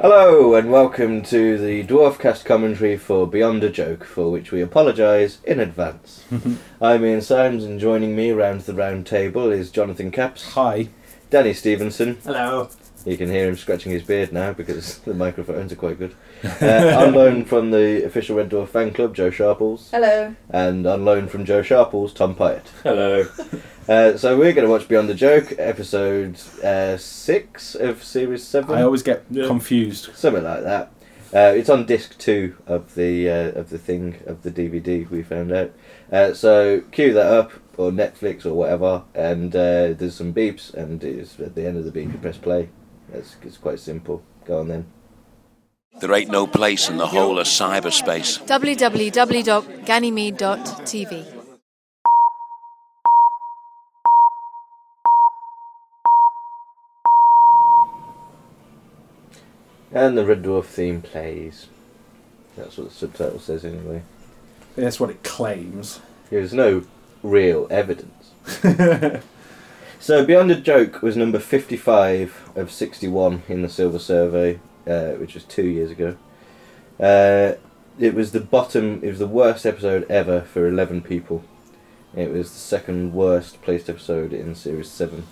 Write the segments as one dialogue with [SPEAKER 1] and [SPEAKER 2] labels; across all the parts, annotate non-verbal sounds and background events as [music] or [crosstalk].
[SPEAKER 1] Hello and welcome to the Dwarfcast commentary for Beyond a Joke, for which we apologise in advance. I'm Ian Symes, and joining me round the round table is Jonathan Caps,
[SPEAKER 2] Hi.
[SPEAKER 1] Danny Stevenson.
[SPEAKER 3] Hello.
[SPEAKER 1] You can hear him scratching his beard now because the microphones are quite good. Uh, on loan from the official Red Dwarf fan club, Joe Sharples,
[SPEAKER 4] Hello.
[SPEAKER 1] and on loan from Joe Sharples, Tom Pyatt.
[SPEAKER 3] Hello.
[SPEAKER 1] Uh, so we're going to watch Beyond the Joke, episode uh, six of series seven.
[SPEAKER 2] I always get
[SPEAKER 3] Yeah.
[SPEAKER 2] confused.
[SPEAKER 1] something like that. Uh, it's on disc two of the uh, of the thing of the DVD we found out. Uh, so cue that up or Netflix or whatever, and uh, there's some beeps, and it's at the end of the beep you press play. That's it's quite simple. Go on then.
[SPEAKER 5] There ain't no place in the whole of cyberspace.
[SPEAKER 4] www.ganymede.tv.
[SPEAKER 1] And the Red Dwarf theme plays. That's what the subtitle says anyway.
[SPEAKER 2] That's what it claims.
[SPEAKER 1] There's no real evidence. [laughs] so Beyond a Joke was number 55 of 61 in the Silver Survey, uh, which was two years ago. Uh, it was the bottom, it was the worst episode ever for 11 people. It was the second worst placed episode in Series 7.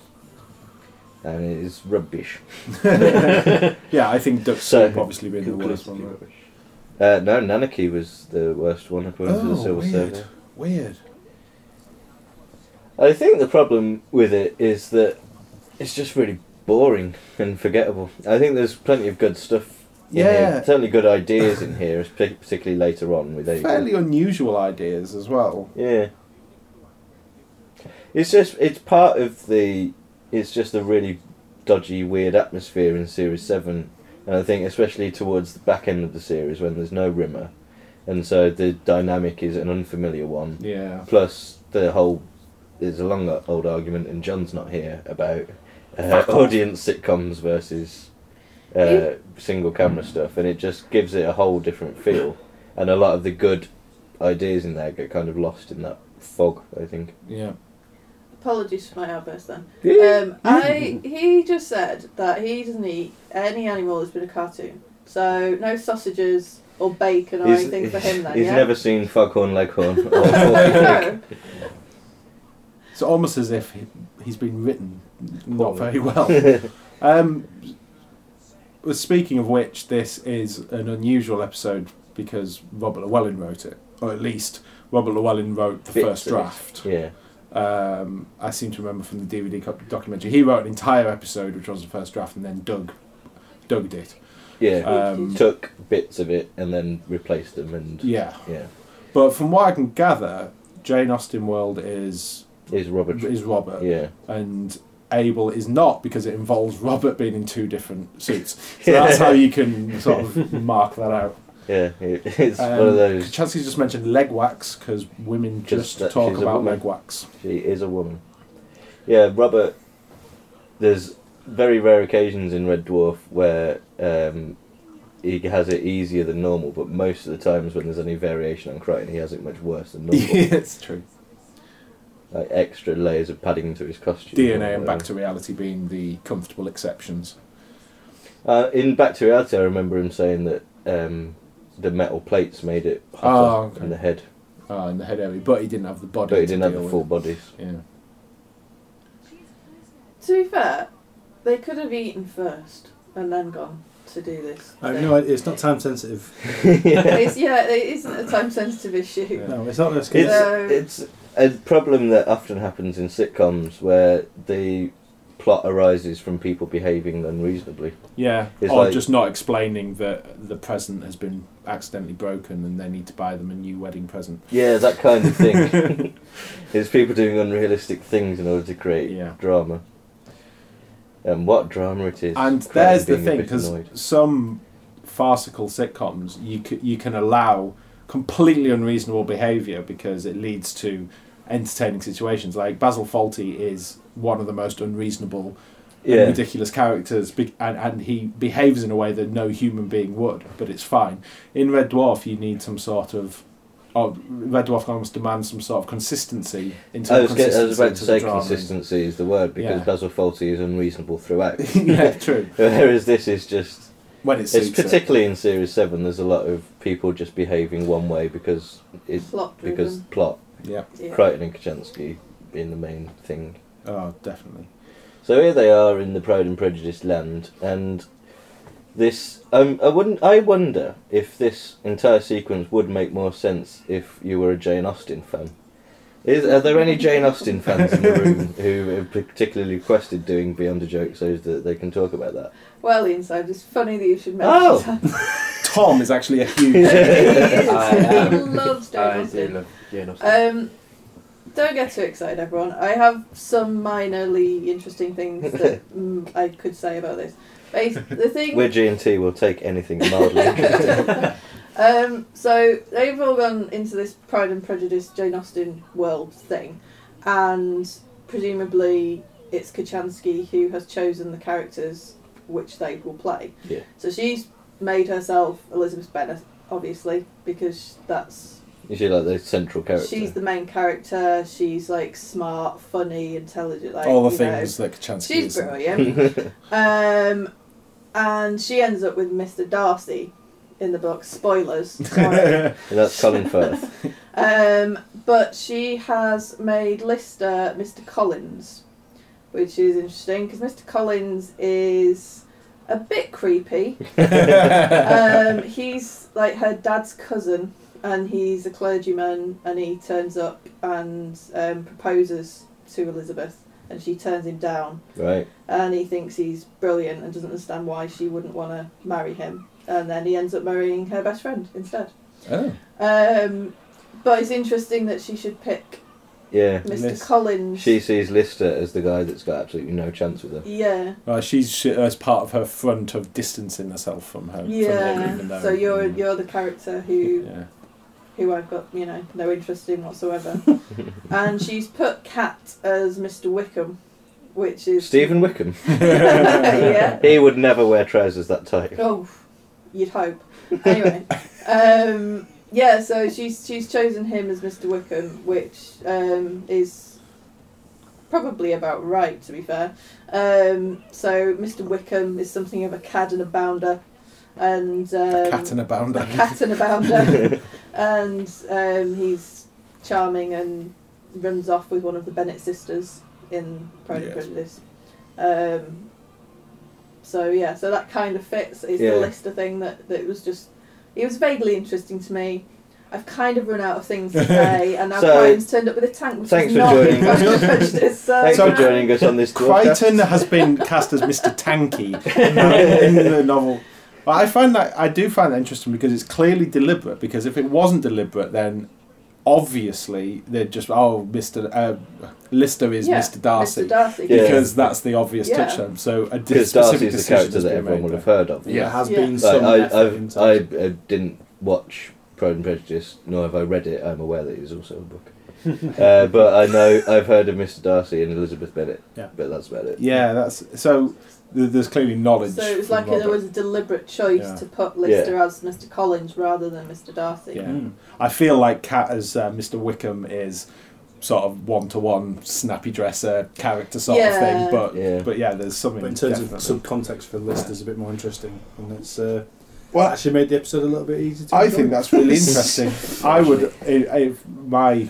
[SPEAKER 1] And it is
[SPEAKER 2] [laughs]
[SPEAKER 1] rubbish. [laughs]
[SPEAKER 2] Yeah, I think Duck
[SPEAKER 1] So-
[SPEAKER 2] Soup obviously been the worst
[SPEAKER 1] Conclusively
[SPEAKER 2] one.
[SPEAKER 1] rubbish. Uh, no, Nanaki was the worst one according to the
[SPEAKER 2] Oh,
[SPEAKER 1] Silver
[SPEAKER 2] weird.
[SPEAKER 1] Survey.
[SPEAKER 2] Weird.
[SPEAKER 1] I think the problem with it is that it's just really boring and forgettable. I think there's plenty of good stuff. In
[SPEAKER 2] Yeah.
[SPEAKER 1] Here. Certainly good ideas in here, espe- particularly later on with Abel.
[SPEAKER 2] Fairly unusual ideas as well.
[SPEAKER 1] Yeah. It's just it's part of the it's just a really dodgy, weird atmosphere in series seven, and I think especially towards the back end of the series when there's no Rimmer, and so the dynamic is an unfamiliar one.
[SPEAKER 2] Yeah.
[SPEAKER 1] Plus, the whole there's a long old argument, and John's not here about uh, audience sitcoms versus uh, single camera stuff, and it just gives it a whole different
[SPEAKER 2] [laughs]
[SPEAKER 1] feel. And a lot of the good ideas in there get kind of lost in that fog. I think.
[SPEAKER 2] Yeah.
[SPEAKER 6] Apologies for my outburst then.
[SPEAKER 1] Hmm.
[SPEAKER 6] Um, I he just said that he doesn't eat any animal that's been a cartoon, so no sausages or bacon or
[SPEAKER 1] He's,
[SPEAKER 6] anything
[SPEAKER 1] [laughs]
[SPEAKER 6] for him then.
[SPEAKER 1] he's
[SPEAKER 6] yeah?
[SPEAKER 1] never seen Foghorn
[SPEAKER 2] [laughs]
[SPEAKER 1] Leghorn. Or Porky
[SPEAKER 6] no,
[SPEAKER 2] It's almost as if he, he's been written
[SPEAKER 1] Poorly.
[SPEAKER 2] not very
[SPEAKER 1] [laughs]
[SPEAKER 2] well.
[SPEAKER 1] Pig.
[SPEAKER 2] Um, well, speaking of which, this is an unusual episode because Robert Llewellyn wrote it, or at least Robert Llewellyn wrote the
[SPEAKER 1] Bits
[SPEAKER 2] first
[SPEAKER 1] of it.
[SPEAKER 2] draft.
[SPEAKER 1] yeah.
[SPEAKER 2] um, I seem to remember from the DVD co- documentary, he wrote an entire episode, which was the first draft, and then Doug, Doug did.
[SPEAKER 1] Yeah.
[SPEAKER 2] Um,
[SPEAKER 1] Took bits of it and then replaced them, and
[SPEAKER 2] yeah,
[SPEAKER 1] yeah,
[SPEAKER 2] but from what I can gather, Jane Austen World is
[SPEAKER 1] is Robert.
[SPEAKER 2] is Robert,
[SPEAKER 1] Yeah.
[SPEAKER 2] and Abel is not because it involves Robert being in two different
[SPEAKER 1] [laughs]
[SPEAKER 2] suits. So that's how you can sort of mark that out.
[SPEAKER 1] Yeah, it, [laughs] it's
[SPEAKER 2] Um,
[SPEAKER 1] one of those.
[SPEAKER 2] Kachansky just mentioned leg wax because women
[SPEAKER 1] Just
[SPEAKER 2] just,
[SPEAKER 1] that
[SPEAKER 2] talk
[SPEAKER 1] she's a
[SPEAKER 2] about
[SPEAKER 1] woman.
[SPEAKER 2] leg wax.
[SPEAKER 1] She is a woman. Yeah, Robert. There's very rare occasions in Red Dwarf where um, he has it easier than normal, but most of the times when there's any variation on Crichton, he has it much worse than
[SPEAKER 2] [laughs]
[SPEAKER 1] normal.
[SPEAKER 2] yeah, it's true.
[SPEAKER 1] Like extra layers of padding to his costume.
[SPEAKER 2] DNA and
[SPEAKER 1] Uh,
[SPEAKER 2] back to reality being the comfortable exceptions.
[SPEAKER 1] Uh, in Back to Reality, I remember him saying that um, the metal plates made it
[SPEAKER 2] Oh,
[SPEAKER 1] hotter
[SPEAKER 2] okay.
[SPEAKER 1] in the head,
[SPEAKER 2] uh, in the head area, but he didn't have the body.
[SPEAKER 1] but he
[SPEAKER 2] to
[SPEAKER 1] didn't have
[SPEAKER 2] deal
[SPEAKER 1] the
[SPEAKER 2] with
[SPEAKER 1] full bodies. [laughs]
[SPEAKER 2] it. Yeah.
[SPEAKER 6] to be fair, they could have eaten first and then gone to do this.
[SPEAKER 7] I have
[SPEAKER 6] thing.
[SPEAKER 7] no idea. It's not time sensitive.
[SPEAKER 6] It's, yeah, it isn't a time sensitive issue.
[SPEAKER 2] Yeah.
[SPEAKER 7] No, it's not. It's,
[SPEAKER 1] It's,
[SPEAKER 6] So-
[SPEAKER 1] it's a problem that often happens in sitcoms where the plot arises from people behaving unreasonably.
[SPEAKER 2] Yeah,
[SPEAKER 1] It's
[SPEAKER 2] or
[SPEAKER 1] like-
[SPEAKER 2] just not explaining that the present has been accidentally broken and they need to buy them a new wedding present.
[SPEAKER 1] Yeah, that kind of thing. [laughs] it's people doing unrealistic things in order to create
[SPEAKER 2] Yeah.
[SPEAKER 1] drama. And what drama it is.
[SPEAKER 2] And
[SPEAKER 1] Crichton
[SPEAKER 2] there's the
[SPEAKER 1] being a
[SPEAKER 2] thing,
[SPEAKER 1] bit
[SPEAKER 2] because
[SPEAKER 1] annoyed.
[SPEAKER 2] some farcical sitcoms you c- you can allow completely unreasonable behaviour because it leads to entertaining situations. Like Basil Fawlty is one of the most unreasonable
[SPEAKER 1] Yeah.
[SPEAKER 2] and ridiculous characters, be- and, and he behaves in a way that no human being would, but it's fine. In Red Dwarf, you need some sort of. Oh, Red Dwarf almost demands some sort of consistency in
[SPEAKER 1] I
[SPEAKER 2] terms
[SPEAKER 1] was,
[SPEAKER 2] of
[SPEAKER 1] get, I was
[SPEAKER 2] consistency
[SPEAKER 1] about to
[SPEAKER 2] the
[SPEAKER 1] say
[SPEAKER 2] drama.
[SPEAKER 1] consistency is the word because
[SPEAKER 2] Yeah. [laughs]
[SPEAKER 1] [laughs] Basil Fawlty is unreasonable throughout.
[SPEAKER 2] yeah, true.
[SPEAKER 1] Whereas this is just
[SPEAKER 2] when it
[SPEAKER 1] It's
[SPEAKER 2] suits it.
[SPEAKER 1] particularly in series seven. There's a lot of people just behaving one way because it's
[SPEAKER 6] [laughs] Plot driven.
[SPEAKER 1] because plot.
[SPEAKER 2] Yeah.
[SPEAKER 6] Mm-hmm. Yeah.
[SPEAKER 1] Crichton and Kaczynski being the main thing.
[SPEAKER 2] Oh, definitely.
[SPEAKER 1] So here they are in the Pride and Prejudice land, and this um, I wouldn't. I wonder if this entire sequence would make more sense if you were a Jane Austen fan. Is, are there any Jane
[SPEAKER 6] [laughs]
[SPEAKER 1] Austen fans in the room who have particularly requested doing Beyond a Joke so that they can talk about that?
[SPEAKER 6] Well, inside, it's funny that you should mention
[SPEAKER 1] Oh! [laughs]
[SPEAKER 6] that. [laughs]
[SPEAKER 2] Tom is actually a huge.
[SPEAKER 3] I
[SPEAKER 6] He
[SPEAKER 3] am.
[SPEAKER 6] loves Jane
[SPEAKER 3] I do
[SPEAKER 6] Austen.
[SPEAKER 3] love Jane Austen.
[SPEAKER 6] Um, don't get too excited, everyone. I have some minorly interesting things that mm, I could say about this. Bas- the thing
[SPEAKER 1] We're G and T. We'll take anything
[SPEAKER 6] [laughs]
[SPEAKER 1] mildly.
[SPEAKER 6] Um, so they've all gone into this Pride and Prejudice Jane Austen world thing, and presumably it's Kachansky who has chosen the characters which they will play.
[SPEAKER 1] Yeah.
[SPEAKER 6] So she's made herself Elizabeth Bennet, obviously, because that's
[SPEAKER 1] Is she like the central character?
[SPEAKER 6] she's the main character. She's like smart, funny, intelligent, like
[SPEAKER 2] all the
[SPEAKER 6] you know.
[SPEAKER 2] things that Kachansky is.
[SPEAKER 6] She's
[SPEAKER 2] [laughs]
[SPEAKER 6] brilliant. Um, and she ends up with Mr. Darcy in the
[SPEAKER 2] [laughs]
[SPEAKER 6] book. Spoilers. Sorry.
[SPEAKER 1] And [laughs] that's Colin Firth.
[SPEAKER 6] [laughs] um, but she has made Lister Mr. Collins, which is interesting because Mr. Collins is a bit creepy. um, he's like her dad's cousin, and he's a clergyman, and he turns up and um, proposes to Elizabeth, and she turns him down
[SPEAKER 1] Right.
[SPEAKER 6] and he thinks he's brilliant and doesn't understand why she wouldn't want to marry him. And then he ends up marrying her best friend instead.
[SPEAKER 2] Oh.
[SPEAKER 6] Um, but it's interesting that she should pick
[SPEAKER 1] Yeah.
[SPEAKER 6] Mr.
[SPEAKER 2] Miss-
[SPEAKER 6] Collins.
[SPEAKER 1] She sees Lister as the guy that's got absolutely no chance with her.
[SPEAKER 6] yeah,
[SPEAKER 2] Well, she's she, as part of her front of distancing herself from her. from him, even
[SPEAKER 6] yeah.
[SPEAKER 2] though- mm,
[SPEAKER 6] So you're you're the character who
[SPEAKER 2] Yeah.
[SPEAKER 6] who I've got you know no interest in whatsoever. and she's put Cat as Mr. Wickham, which is
[SPEAKER 1] Stephen
[SPEAKER 2] [laughs]
[SPEAKER 1] Wickham.
[SPEAKER 6] yeah.
[SPEAKER 1] He would never wear trousers that tight.
[SPEAKER 6] Oh, you'd hope. Anyway, um, yeah. So she's she's chosen him as Mr. Wickham, which um, is probably about right, to be fair. Um, so Mr. Wickham is something of a cad and a bounder, and um,
[SPEAKER 2] A cat and a bounder.
[SPEAKER 6] a cat and
[SPEAKER 2] [laughs]
[SPEAKER 6] a bounder,
[SPEAKER 1] [laughs]
[SPEAKER 6] and um, he's charming and runs off with one of the Bennett sisters in Pride
[SPEAKER 2] Yes.
[SPEAKER 6] and Prejudice. Um, so yeah, so that kind of fits. Is
[SPEAKER 1] Yeah.
[SPEAKER 6] the Lister thing that that was just it was vaguely interesting to me. I've kind of run out of
[SPEAKER 1] [laughs]
[SPEAKER 6] things to say, and now
[SPEAKER 1] So-
[SPEAKER 6] Brian's turned up with a tank, which
[SPEAKER 1] Thanks
[SPEAKER 6] is
[SPEAKER 1] for
[SPEAKER 6] not
[SPEAKER 1] joining
[SPEAKER 6] Pride
[SPEAKER 1] [laughs]
[SPEAKER 6] and
[SPEAKER 2] us.
[SPEAKER 6] Prejudice. So
[SPEAKER 1] Thanks
[SPEAKER 2] So-
[SPEAKER 1] for joining us on this podcast.
[SPEAKER 2] Crichton has been cast as Mr. Tanky in the novel. But I find that I do find that interesting because it's clearly deliberate. Because if it wasn't deliberate, then obviously they'd just oh Mr. Uh, Lister is
[SPEAKER 6] yeah,
[SPEAKER 2] Mr. Darcy
[SPEAKER 6] Mr. Darcy.
[SPEAKER 1] Yeah.
[SPEAKER 2] because that's the obvious
[SPEAKER 6] Yeah.
[SPEAKER 2] touchdown. So a d-
[SPEAKER 1] Because
[SPEAKER 2] specific
[SPEAKER 1] Darcy's the
[SPEAKER 2] decision
[SPEAKER 1] character
[SPEAKER 2] has
[SPEAKER 1] that
[SPEAKER 2] been
[SPEAKER 1] everyone
[SPEAKER 2] made
[SPEAKER 1] would have
[SPEAKER 2] there.
[SPEAKER 1] heard of.
[SPEAKER 3] Yeah.
[SPEAKER 4] There has
[SPEAKER 6] Yeah.
[SPEAKER 4] been
[SPEAKER 1] Like,
[SPEAKER 4] some.
[SPEAKER 1] I,
[SPEAKER 4] effort
[SPEAKER 1] I've,
[SPEAKER 4] into
[SPEAKER 1] I,
[SPEAKER 4] it.
[SPEAKER 1] I didn't watch Pride and Prejudice, nor have I read it. I'm aware that it is also a
[SPEAKER 2] [laughs]
[SPEAKER 1] book. uh, but I know I've heard of Mr. Darcy and Elizabeth Bennet,
[SPEAKER 2] Yeah.
[SPEAKER 1] but that's about it.
[SPEAKER 2] Yeah, that's so. th- There's clearly knowledge.
[SPEAKER 6] So it was
[SPEAKER 2] from
[SPEAKER 6] like there
[SPEAKER 2] Robert.
[SPEAKER 6] was a deliberate choice
[SPEAKER 2] Yeah.
[SPEAKER 6] to put Lister as Mr. Collins rather than Mr. Darcy.
[SPEAKER 2] Yeah.
[SPEAKER 4] Mm.
[SPEAKER 2] I feel like Cat as uh, Mr. Wickham is sort of one to one snappy dresser character sort
[SPEAKER 6] Yeah.
[SPEAKER 2] of thing, but
[SPEAKER 1] Yeah.
[SPEAKER 2] but yeah, there's something.
[SPEAKER 4] But in terms
[SPEAKER 2] definitely-
[SPEAKER 4] of some context for list, is a bit more interesting, and it's uh, well actually made the episode a little bit easier. To
[SPEAKER 2] I
[SPEAKER 4] enjoy.
[SPEAKER 2] think that's really interesting. I would, i- if my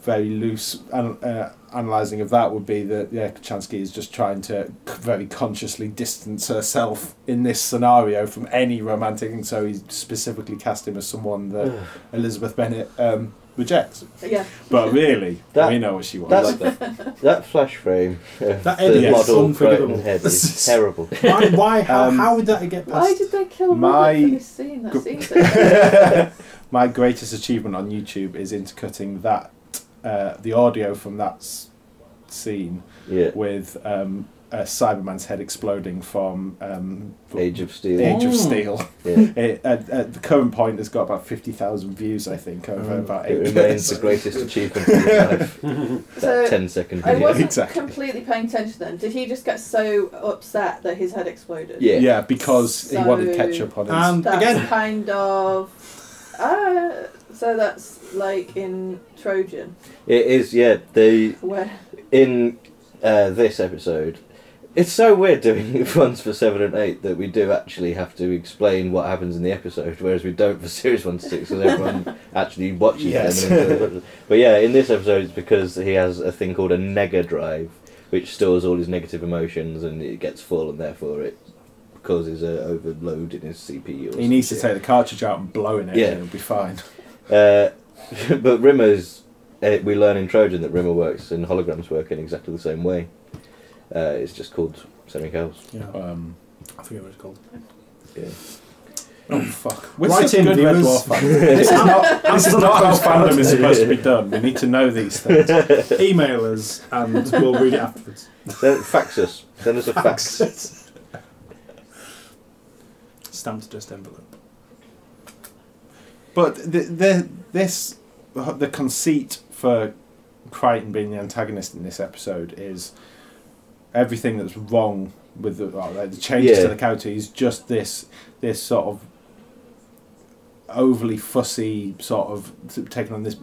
[SPEAKER 2] very loose an, uh, analysing of that would be that yeah, Kachansky is just trying to c- very consciously distance herself in this scenario from any romantic, and so he's specifically cast him as someone that Elizabeth Bennet um, rejects.
[SPEAKER 6] Yeah.
[SPEAKER 2] But really,
[SPEAKER 1] That-
[SPEAKER 2] we know what she wants.
[SPEAKER 1] That's, [laughs] that flash frame of
[SPEAKER 4] That
[SPEAKER 1] the
[SPEAKER 4] Eddie is
[SPEAKER 1] model
[SPEAKER 4] unforgivable.
[SPEAKER 1] Crichton
[SPEAKER 4] [laughs]
[SPEAKER 1] head is terrible.
[SPEAKER 4] why? why how,
[SPEAKER 2] Um,
[SPEAKER 4] how would that get
[SPEAKER 6] Why
[SPEAKER 4] past?
[SPEAKER 6] did they kill
[SPEAKER 2] My-
[SPEAKER 6] Robert for this scene? That
[SPEAKER 2] Go- [laughs]
[SPEAKER 6] seems so
[SPEAKER 2] My greatest achievement on YouTube is intercutting that uh, the audio from that s- scene
[SPEAKER 1] [laughs] Yeah.
[SPEAKER 2] with um, a Cyberman's head exploding from um, from
[SPEAKER 1] Age of Steel.
[SPEAKER 2] Age of
[SPEAKER 3] Oh.
[SPEAKER 2] Steel.
[SPEAKER 1] Yeah.
[SPEAKER 2] It, at, at the current point, it's got about fifty thousand views, I think, over
[SPEAKER 4] Oh.
[SPEAKER 2] about
[SPEAKER 1] It
[SPEAKER 4] [laughs]
[SPEAKER 2] eight
[SPEAKER 1] remains the
[SPEAKER 2] minutes.
[SPEAKER 1] greatest achievement of my life.
[SPEAKER 6] [laughs] So,
[SPEAKER 1] That 10 second
[SPEAKER 6] I
[SPEAKER 1] video.
[SPEAKER 6] wasn't
[SPEAKER 2] exactly.
[SPEAKER 6] completely paying attention then. Did he just get so upset that his head exploded?
[SPEAKER 1] Yeah.
[SPEAKER 2] Yeah. because he wanted
[SPEAKER 6] So-
[SPEAKER 2] ketchup on his.
[SPEAKER 4] And
[SPEAKER 6] That's
[SPEAKER 4] again,
[SPEAKER 6] kind of. Uh, so that's like in Trojan,
[SPEAKER 1] It is, yeah. The
[SPEAKER 6] where
[SPEAKER 1] in uh, this episode, It's so weird doing [laughs] ones for seven and eight that we do actually have to explain what happens in the episode, whereas we don't for [laughs] series one to six because
[SPEAKER 2] [laughs]
[SPEAKER 1] everyone actually watches
[SPEAKER 2] Yes.
[SPEAKER 1] them. and enjoys it. but yeah, in this episode, it's because he has a thing called a nega drive, which stores all his negative emotions and it gets full, and therefore it causes an overload in his CPU. Or
[SPEAKER 2] He needs to
[SPEAKER 1] something.
[SPEAKER 2] take the cartridge out and blow in it,
[SPEAKER 1] Yeah.
[SPEAKER 2] and it'll be fine.
[SPEAKER 1] Uh, [laughs] but Rimmer's, uh, we learn in Trojan that Rimmer works and holograms work in exactly the same way. Uh, it's just called something else.
[SPEAKER 4] Yeah,
[SPEAKER 2] Um,
[SPEAKER 4] I forget what it's called.
[SPEAKER 1] Yeah.
[SPEAKER 2] oh fuck!
[SPEAKER 4] Write
[SPEAKER 2] What's
[SPEAKER 4] in,
[SPEAKER 2] good Red
[SPEAKER 4] viewers.
[SPEAKER 2] Dwarf fandom?
[SPEAKER 4] [laughs]
[SPEAKER 2] This is not. This is not how fandom is supposed to be done. We need to know these things.
[SPEAKER 1] [laughs]
[SPEAKER 4] Email us and we'll read it afterwards.
[SPEAKER 1] Send, [laughs] fax us. Send us a fax.
[SPEAKER 4] Stamped addressed envelope.
[SPEAKER 2] But the, the this the conceit for Crichton being the antagonist in this episode is everything that's wrong with the, well, like the changes to
[SPEAKER 1] Yeah.
[SPEAKER 2] the character is just this this sort of overly fussy sort of t- taking on this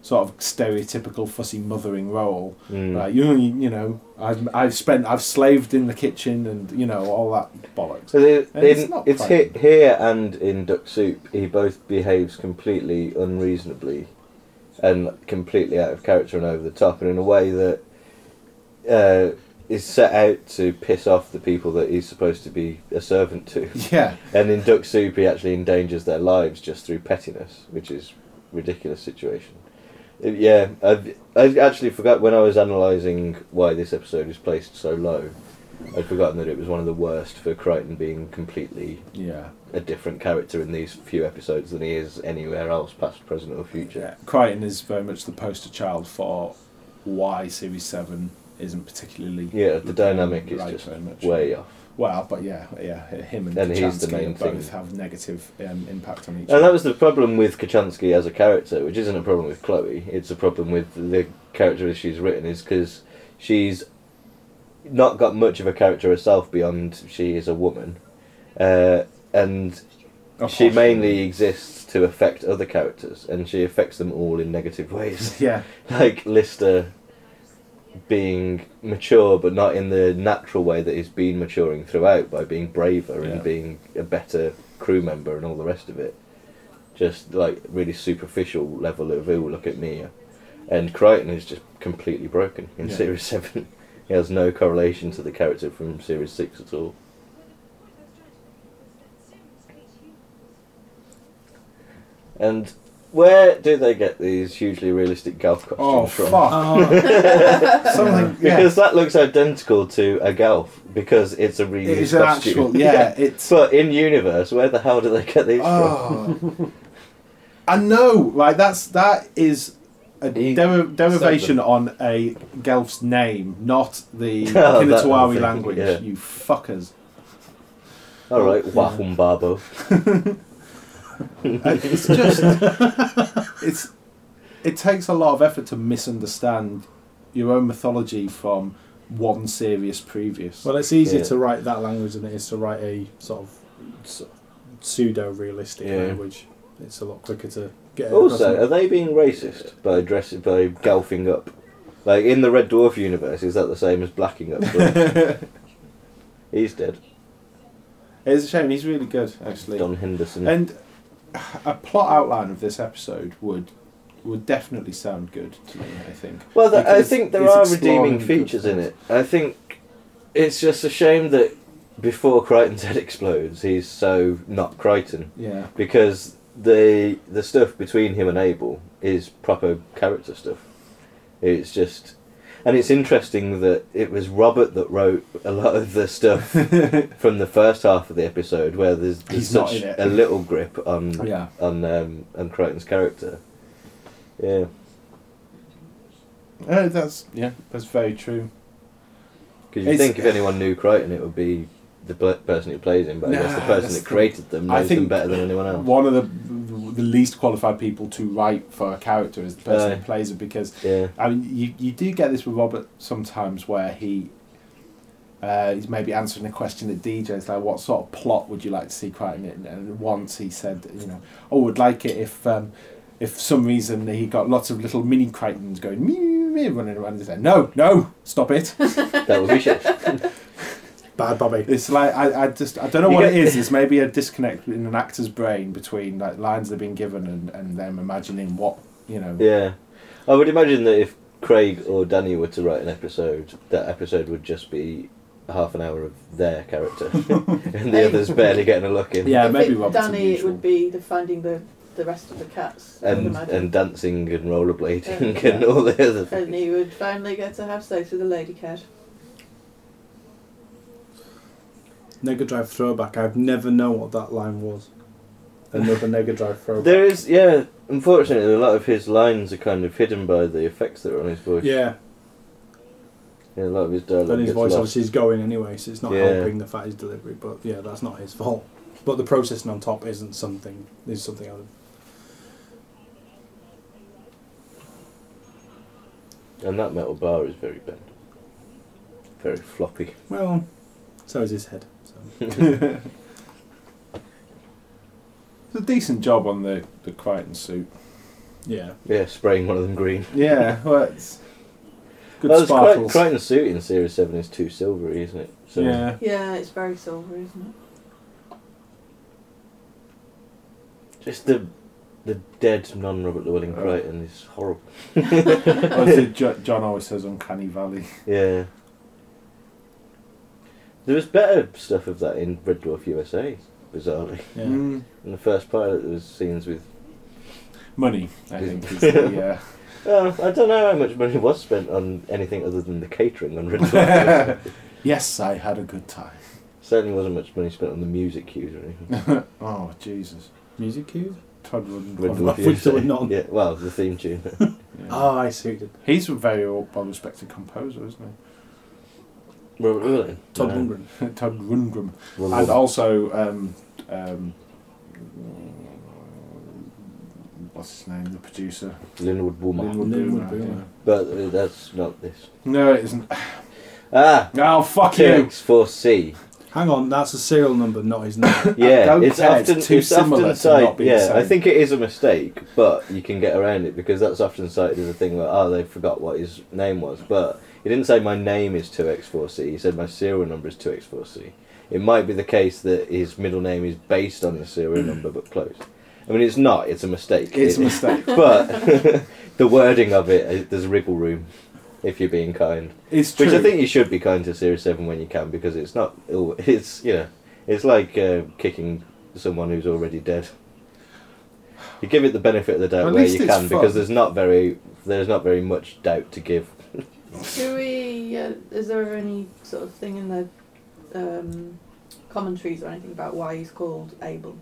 [SPEAKER 2] sort of stereotypical fussy mothering role
[SPEAKER 1] Mm.
[SPEAKER 2] like you, you know I've, I've spent I've slaved in the kitchen and you know all that bollocks
[SPEAKER 1] So the,
[SPEAKER 2] And it's
[SPEAKER 1] in,
[SPEAKER 2] not
[SPEAKER 1] it's he,
[SPEAKER 2] quite-
[SPEAKER 1] here and in Duck Soup, he both behaves completely unreasonably and completely out of character and over the top, and in a way that uh, is set out to piss off the people that he's supposed to be a servant to. [laughs]
[SPEAKER 2] yeah
[SPEAKER 1] And in Duck Soup, he actually endangers their lives just through pettiness, which is ridiculous situation. Uh, Yeah, I've, I actually forgot when I was analysing why this episode is placed so low. I'd forgotten that it was one of the worst for Crichton being completely
[SPEAKER 2] yeah
[SPEAKER 1] a different character in these few episodes than he is anywhere else, past, present, or future.
[SPEAKER 2] Yeah, Crichton is very much the poster child for why Series Seven isn't particularly.
[SPEAKER 1] Yeah, the dynamic is
[SPEAKER 2] right
[SPEAKER 1] just
[SPEAKER 2] very much.
[SPEAKER 1] way off.
[SPEAKER 2] Well, but yeah, yeah, him and,
[SPEAKER 1] And he's the
[SPEAKER 2] Kachansky
[SPEAKER 1] main
[SPEAKER 2] both
[SPEAKER 1] thing.
[SPEAKER 2] have negative um, impact on each.
[SPEAKER 1] And
[SPEAKER 2] other.
[SPEAKER 1] that was the problem with Kachansky as a character, which isn't a problem with Chloe. It's a problem with the character as she's written, is because she's not got much of a character herself beyond she is a woman, uh, and
[SPEAKER 2] Of
[SPEAKER 1] she
[SPEAKER 2] course.
[SPEAKER 1] mainly exists to affect other characters, and she affects them all in negative ways, [laughs]
[SPEAKER 2] [laughs] Yeah,
[SPEAKER 1] like Lister being mature, but not in the natural way that he's been maturing throughout by being braver
[SPEAKER 2] Yeah.
[SPEAKER 1] and being a better crew member and all the rest of it. Just like really superficial level of ooh, look at me. And Crichton is just completely broken in
[SPEAKER 2] Yeah.
[SPEAKER 1] series [laughs] seven. he has no correlation to the character from series six at all. And where do they get these hugely realistic golf costumes
[SPEAKER 2] Oh,
[SPEAKER 1] from?
[SPEAKER 2] fuck.
[SPEAKER 4] Oh,
[SPEAKER 2] [laughs] something. Yeah,
[SPEAKER 1] Because that looks identical to a golf because it's a real
[SPEAKER 2] it's an
[SPEAKER 1] costume. [laughs]
[SPEAKER 2] actual. Yeah, it's.
[SPEAKER 1] But in universe, where the hell do they get these
[SPEAKER 2] Oh, [laughs] I know. Like that's that is a
[SPEAKER 1] He
[SPEAKER 2] deri- derivation
[SPEAKER 1] said
[SPEAKER 2] on a Gelf's name, not
[SPEAKER 1] [laughs]
[SPEAKER 2] the
[SPEAKER 1] Oh, that whole
[SPEAKER 2] Kinatawari
[SPEAKER 1] thing,
[SPEAKER 2] language.
[SPEAKER 1] yeah.
[SPEAKER 2] You fuckers.
[SPEAKER 1] from? All right, Wahum Babo.
[SPEAKER 2] Uh, it's just [laughs] it's it takes a lot of effort to misunderstand your own mythology from one serious previous.
[SPEAKER 4] well, it's easier
[SPEAKER 1] Yeah.
[SPEAKER 4] to write that language than it is to write a sort of pseudo realistic
[SPEAKER 1] Yeah.
[SPEAKER 4] language. It's a lot quicker to get. it
[SPEAKER 1] Also,
[SPEAKER 4] across.
[SPEAKER 1] are they being racist by dressing by golfing up? Like in the Red Dwarf universe, is that the same as blacking
[SPEAKER 2] [laughs]
[SPEAKER 1] up? He's dead.
[SPEAKER 2] it's a shame. He's really good, actually.
[SPEAKER 1] Don Henderson.
[SPEAKER 2] And a plot outline of this episode would would definitely sound good to me. I think.
[SPEAKER 1] Well, th I
[SPEAKER 2] Because
[SPEAKER 1] think there
[SPEAKER 2] it's
[SPEAKER 1] are
[SPEAKER 2] exploring
[SPEAKER 1] redeeming
[SPEAKER 2] good
[SPEAKER 1] features in
[SPEAKER 2] things.
[SPEAKER 1] it. I think it's just a shame that before Crichton's head explodes, he's so not Crichton
[SPEAKER 2] Yeah.
[SPEAKER 1] because the the stuff between him and Abel is proper character stuff. It's just, and it's interesting that it was Robert that wrote a lot of the
[SPEAKER 2] [laughs]
[SPEAKER 1] stuff from the first half of the episode, where there's, there's
[SPEAKER 2] He's not
[SPEAKER 1] such
[SPEAKER 2] in it.
[SPEAKER 1] a
[SPEAKER 2] Oh,
[SPEAKER 1] little grip on
[SPEAKER 2] Yeah.
[SPEAKER 1] on um, on Crichton's character. Yeah.
[SPEAKER 2] Oh, that's yeah. That's very true.
[SPEAKER 1] Because you
[SPEAKER 2] It's-
[SPEAKER 1] think if anyone knew Crichton, it would be the pl- person who plays him, but I guess the
[SPEAKER 2] Nah,
[SPEAKER 1] person
[SPEAKER 2] that's
[SPEAKER 1] that
[SPEAKER 2] the-
[SPEAKER 1] created them
[SPEAKER 2] I
[SPEAKER 1] knows them
[SPEAKER 2] think
[SPEAKER 1] better than anyone else.
[SPEAKER 2] One of the the least qualified people to write for a character is the person
[SPEAKER 1] Aye.
[SPEAKER 2] who plays it because
[SPEAKER 1] Yeah,
[SPEAKER 2] I mean, you, you do get this with Robert sometimes where he uh, he's maybe answering a question that DJ's like, what sort of plot would you like to see Crichton in? And once he said, you know, oh, would like it if um, if for some reason he got lots of little mini Crichtons going meow, meow, running around. He's like, no, no, stop it. [laughs]
[SPEAKER 1] that would be shit.
[SPEAKER 4] Bad Bobby.
[SPEAKER 2] It's like I, I just I don't know
[SPEAKER 1] You
[SPEAKER 2] what
[SPEAKER 1] get-
[SPEAKER 2] it is. It's maybe a disconnect in an actor's brain between like lines they've been given and, and them imagining what you know.
[SPEAKER 1] Yeah, I would imagine that if Craig or Danny were to write an episode, that episode would just be half an hour of their character, and the others barely getting a look in.
[SPEAKER 2] Yeah,
[SPEAKER 6] If
[SPEAKER 2] maybe
[SPEAKER 6] it,
[SPEAKER 2] Robert's
[SPEAKER 6] Danny, it
[SPEAKER 2] unusual.
[SPEAKER 6] would be the finding the, the rest of the cats. I would
[SPEAKER 1] And,
[SPEAKER 6] imagine.
[SPEAKER 1] and dancing and rollerblading
[SPEAKER 6] Yeah.
[SPEAKER 1] and all the other
[SPEAKER 6] And
[SPEAKER 1] things.
[SPEAKER 6] he would finally get to have sex with a lady cat.
[SPEAKER 4] Mega Drive throwback. I've never known what that line was. Another Mega Drive throwback.
[SPEAKER 1] There is, yeah, unfortunately, a lot of his lines are kind of hidden by the effects that are on his voice.
[SPEAKER 4] yeah,
[SPEAKER 1] Yeah, a lot of his dialogue.
[SPEAKER 4] and his
[SPEAKER 1] gets
[SPEAKER 4] voice
[SPEAKER 1] lost.
[SPEAKER 4] obviously is going anyway, so it's not
[SPEAKER 1] Yeah.
[SPEAKER 4] helping the fact his delivery. But yeah, that's not his fault. But the processing on top isn't something. Is something else.
[SPEAKER 1] And that metal bar is very bent. Very floppy.
[SPEAKER 4] Well, so is his head.
[SPEAKER 1] [laughs]
[SPEAKER 4] So.
[SPEAKER 2] [laughs] It's a decent job on the the Crichton suit.
[SPEAKER 4] Yeah.
[SPEAKER 1] Yeah, spraying one of them green.
[SPEAKER 2] Yeah, [laughs] well, it's good
[SPEAKER 1] Well, it's quite-
[SPEAKER 2] sparkles.
[SPEAKER 1] Crichton's suit in Series 7 is too silvery, isn't it? So
[SPEAKER 2] yeah, [laughs]
[SPEAKER 6] Yeah, it's very silver, isn't
[SPEAKER 1] Just the the dead non Robert Llewellyn Crichton is horrible.
[SPEAKER 2] Well, it's a Jo- John always says uncanny valley.
[SPEAKER 1] Yeah. There was better stuff of that in Red Dwarf USA, bizarrely.
[SPEAKER 4] Yeah.
[SPEAKER 2] Mm.
[SPEAKER 1] In the first pilot, there was scenes with.
[SPEAKER 2] Money,
[SPEAKER 1] [laughs]
[SPEAKER 2] I think. is the, uh, yeah.
[SPEAKER 1] Oh, I don't know how much money was spent on anything other than the catering on Red Dwarf. USA.
[SPEAKER 2] yes, I had a good time. [laughs]
[SPEAKER 1] Certainly wasn't much money spent on the music cues or anything.
[SPEAKER 2] Oh Jesus,
[SPEAKER 4] Music cues.
[SPEAKER 2] Todd Rundgren.
[SPEAKER 1] Red
[SPEAKER 4] Well,
[SPEAKER 1] Dwarf
[SPEAKER 4] I wish there were
[SPEAKER 1] USA.
[SPEAKER 4] none.
[SPEAKER 1] Yeah, well, the theme tune.
[SPEAKER 2] Yeah.
[SPEAKER 1] Oh,
[SPEAKER 4] Ah, I see. what you did.
[SPEAKER 2] He's a very well-respected composer, isn't
[SPEAKER 1] Robert Llewellyn.
[SPEAKER 4] Todd
[SPEAKER 1] No.
[SPEAKER 4] Rundgren.
[SPEAKER 2] he? [laughs] Todd Rundgren.
[SPEAKER 1] Well,
[SPEAKER 2] and
[SPEAKER 1] well,
[SPEAKER 2] also um, um, what's his name, the producer.
[SPEAKER 1] Linwood Woolman.
[SPEAKER 2] Linwood
[SPEAKER 4] Linwood
[SPEAKER 2] Boomer,
[SPEAKER 4] Boomer.
[SPEAKER 1] But uh, that's not this.
[SPEAKER 2] yeah. No, it isn't.
[SPEAKER 1] Ah,
[SPEAKER 2] Oh fuck you!
[SPEAKER 1] TX4C.
[SPEAKER 4] Hang on, that's a serial number, not his name.
[SPEAKER 1] [laughs] Yeah,
[SPEAKER 2] don't
[SPEAKER 1] it's
[SPEAKER 2] care, it's
[SPEAKER 1] often
[SPEAKER 2] too
[SPEAKER 1] it's often
[SPEAKER 2] similar to
[SPEAKER 1] cited-
[SPEAKER 2] not be the
[SPEAKER 1] yeah, I
[SPEAKER 2] same.
[SPEAKER 1] think it is a mistake, but you can get around it because that's often cited as a thing where oh they forgot what his name was, but he didn't say my name is two X four C. He said my serial number is two X four C. It might be the case that his middle name is based on his serial number, but close. I mean, it's not. It's a mistake.
[SPEAKER 2] Mm. It's a
[SPEAKER 1] It- [laughs]
[SPEAKER 2] mistake.
[SPEAKER 1] but [laughs] the wording of it, uh, there's wriggle room if you're being kind.
[SPEAKER 2] It's true.
[SPEAKER 1] Which I think you should be kind to Series Seven when you can because it's not. oh, It's you know, it's like uh, kicking someone who's already dead. You give it the benefit of the doubt
[SPEAKER 2] At
[SPEAKER 1] where
[SPEAKER 2] least
[SPEAKER 1] you
[SPEAKER 2] it's
[SPEAKER 1] can because
[SPEAKER 2] fun.
[SPEAKER 1] there's not very there's not very much doubt to give.
[SPEAKER 6] it? Do we? Uh, is there any sort of thing in the um, commentaries or anything about why he's called Abel?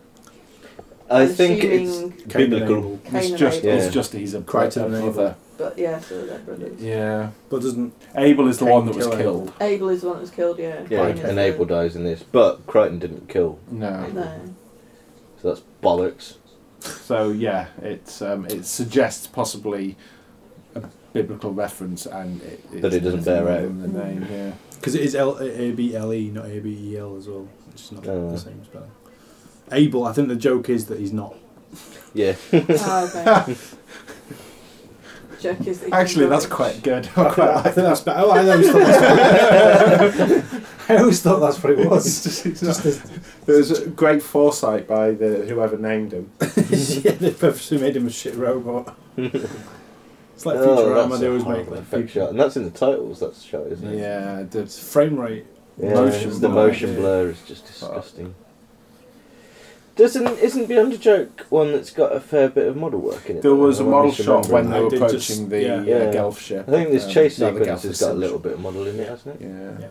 [SPEAKER 1] I
[SPEAKER 6] I'm
[SPEAKER 1] think
[SPEAKER 6] assuming
[SPEAKER 1] it's
[SPEAKER 4] Cain and
[SPEAKER 1] biblical.
[SPEAKER 4] Abel.
[SPEAKER 2] it's
[SPEAKER 6] Cain
[SPEAKER 2] just
[SPEAKER 6] and Abel,
[SPEAKER 1] Yeah.
[SPEAKER 2] it's just he's a
[SPEAKER 4] Crichton
[SPEAKER 2] a
[SPEAKER 4] and
[SPEAKER 2] brother.
[SPEAKER 6] but yeah, so they're brothers.
[SPEAKER 2] Yeah,
[SPEAKER 4] But doesn't
[SPEAKER 2] Abel is the
[SPEAKER 4] Cain
[SPEAKER 2] one that was
[SPEAKER 4] killed
[SPEAKER 2] killed.
[SPEAKER 6] Abel is the one that was killed. Yeah.
[SPEAKER 1] Yeah,
[SPEAKER 6] Cain is
[SPEAKER 1] and
[SPEAKER 6] the-
[SPEAKER 1] Abel dies in this, but Crichton didn't kill,
[SPEAKER 2] No,
[SPEAKER 6] No.
[SPEAKER 1] so that's bollocks.
[SPEAKER 2] so yeah, it's um, it suggests possibly a biblical reference, and it, it's
[SPEAKER 1] But it doesn't bear out.
[SPEAKER 2] in The name, yeah.
[SPEAKER 4] because it is L A B L E, not A B E L as well. It's just not
[SPEAKER 1] Oh.
[SPEAKER 4] the same spelling. Abel. I think the joke is that he's not. [laughs]
[SPEAKER 1] Yeah, [laughs]
[SPEAKER 6] oh,
[SPEAKER 2] [laughs]
[SPEAKER 6] okay. Jack is the
[SPEAKER 2] Actually, that's quite good. I quite
[SPEAKER 4] [laughs] I
[SPEAKER 2] like
[SPEAKER 4] think that's
[SPEAKER 2] [laughs]
[SPEAKER 4] better. Oh, I always thought that's. I always thought that's what it
[SPEAKER 2] [laughs]
[SPEAKER 4] was. [laughs] Just as-
[SPEAKER 2] There was great foresight by the whoever named him.
[SPEAKER 4] yeah, they purposely made him a
[SPEAKER 1] [laughs]
[SPEAKER 4] shit robot. It's like
[SPEAKER 1] Oh, that's
[SPEAKER 4] Futurama.
[SPEAKER 1] a
[SPEAKER 4] They always make
[SPEAKER 1] horrible
[SPEAKER 4] like
[SPEAKER 1] effect shot, and that's in the titles. That's the shot, isn't it?
[SPEAKER 2] Yeah,
[SPEAKER 4] It's
[SPEAKER 2] the
[SPEAKER 4] frame rate.
[SPEAKER 1] Yeah,
[SPEAKER 2] Motion
[SPEAKER 1] it's the
[SPEAKER 2] blur.
[SPEAKER 1] motion blur is just disgusting. Doesn't isn't Beyond a Joke one that's got a fair bit of model work in it?
[SPEAKER 2] there was a
[SPEAKER 1] Am I
[SPEAKER 2] model shot when they
[SPEAKER 1] misremembering?
[SPEAKER 2] were
[SPEAKER 4] They did
[SPEAKER 2] approaching
[SPEAKER 4] just-
[SPEAKER 2] the
[SPEAKER 4] yeah.
[SPEAKER 2] uh,
[SPEAKER 1] Yeah.
[SPEAKER 2] Guelph ship.
[SPEAKER 1] I think this
[SPEAKER 2] um,
[SPEAKER 1] chase
[SPEAKER 2] no, the
[SPEAKER 1] sequence
[SPEAKER 2] Guelph
[SPEAKER 1] has got a
[SPEAKER 2] ship.
[SPEAKER 1] little bit of model in it, hasn't it?
[SPEAKER 2] Yeah.
[SPEAKER 4] Yeah.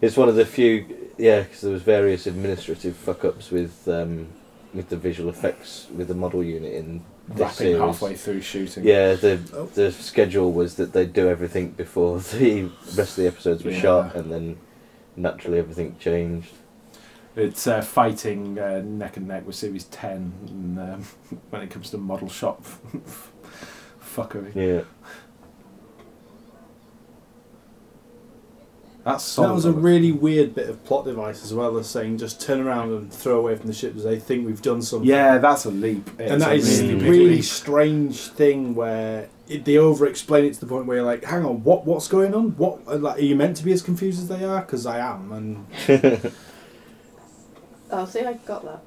[SPEAKER 1] It's one of the few, yeah, because there was various administrative fuck ups with um, with the visual effects with the model unit in this
[SPEAKER 2] Wrapping
[SPEAKER 1] series.
[SPEAKER 2] halfway through shooting.
[SPEAKER 1] Yeah, the
[SPEAKER 4] Oh.
[SPEAKER 1] the schedule was that they'd do everything before [laughs] the rest of the episodes were
[SPEAKER 2] Yeah.
[SPEAKER 1] shot, and then naturally everything changed.
[SPEAKER 2] It's uh, fighting uh, neck and neck with Series 10 and, um, [laughs] when it comes to model shop fuckery.
[SPEAKER 1] Yeah.
[SPEAKER 2] That's solid.
[SPEAKER 4] That was a
[SPEAKER 2] number.
[SPEAKER 4] really weird bit of plot device as well as saying just turn around and throw away from the ship because they think we've done something.
[SPEAKER 2] Yeah, that's a leap. It's
[SPEAKER 4] and that
[SPEAKER 2] a
[SPEAKER 4] is a
[SPEAKER 1] really
[SPEAKER 2] big
[SPEAKER 1] big
[SPEAKER 4] really
[SPEAKER 2] leap.
[SPEAKER 4] strange thing where it, they over explain it to the point where you're like, hang on, what what's going on? What like, are you meant to be as confused as they are? Because I am, and
[SPEAKER 6] Oh, see, I got that.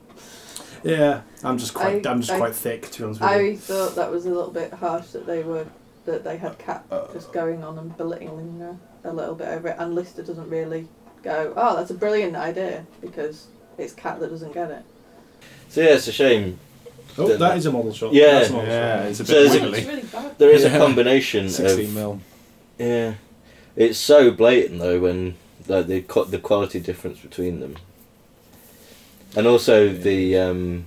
[SPEAKER 4] yeah, I'm just quite
[SPEAKER 6] I-
[SPEAKER 4] I'm just
[SPEAKER 6] I-
[SPEAKER 4] quite thick to be honest with you.
[SPEAKER 6] I thought that was a little bit harsh that they were that they had Cat just going on and belittling her a little bit over it, and Lister doesn't really go, "Oh, that's a brilliant idea," because it's Cat that doesn't get it.
[SPEAKER 1] So yeah, it's a shame.
[SPEAKER 4] Oh, that is a model shot.
[SPEAKER 1] Yeah.
[SPEAKER 4] That's a model
[SPEAKER 2] Yeah, it's a
[SPEAKER 1] So
[SPEAKER 2] bit
[SPEAKER 1] is
[SPEAKER 6] It's
[SPEAKER 1] it-
[SPEAKER 2] wiggly.
[SPEAKER 6] really bad.
[SPEAKER 1] There is a
[SPEAKER 2] Yeah.
[SPEAKER 1] combination
[SPEAKER 2] [laughs] Sixteen
[SPEAKER 1] of
[SPEAKER 2] mil.
[SPEAKER 1] yeah. It's so blatant though when like the co- the quality difference between them, and also the um,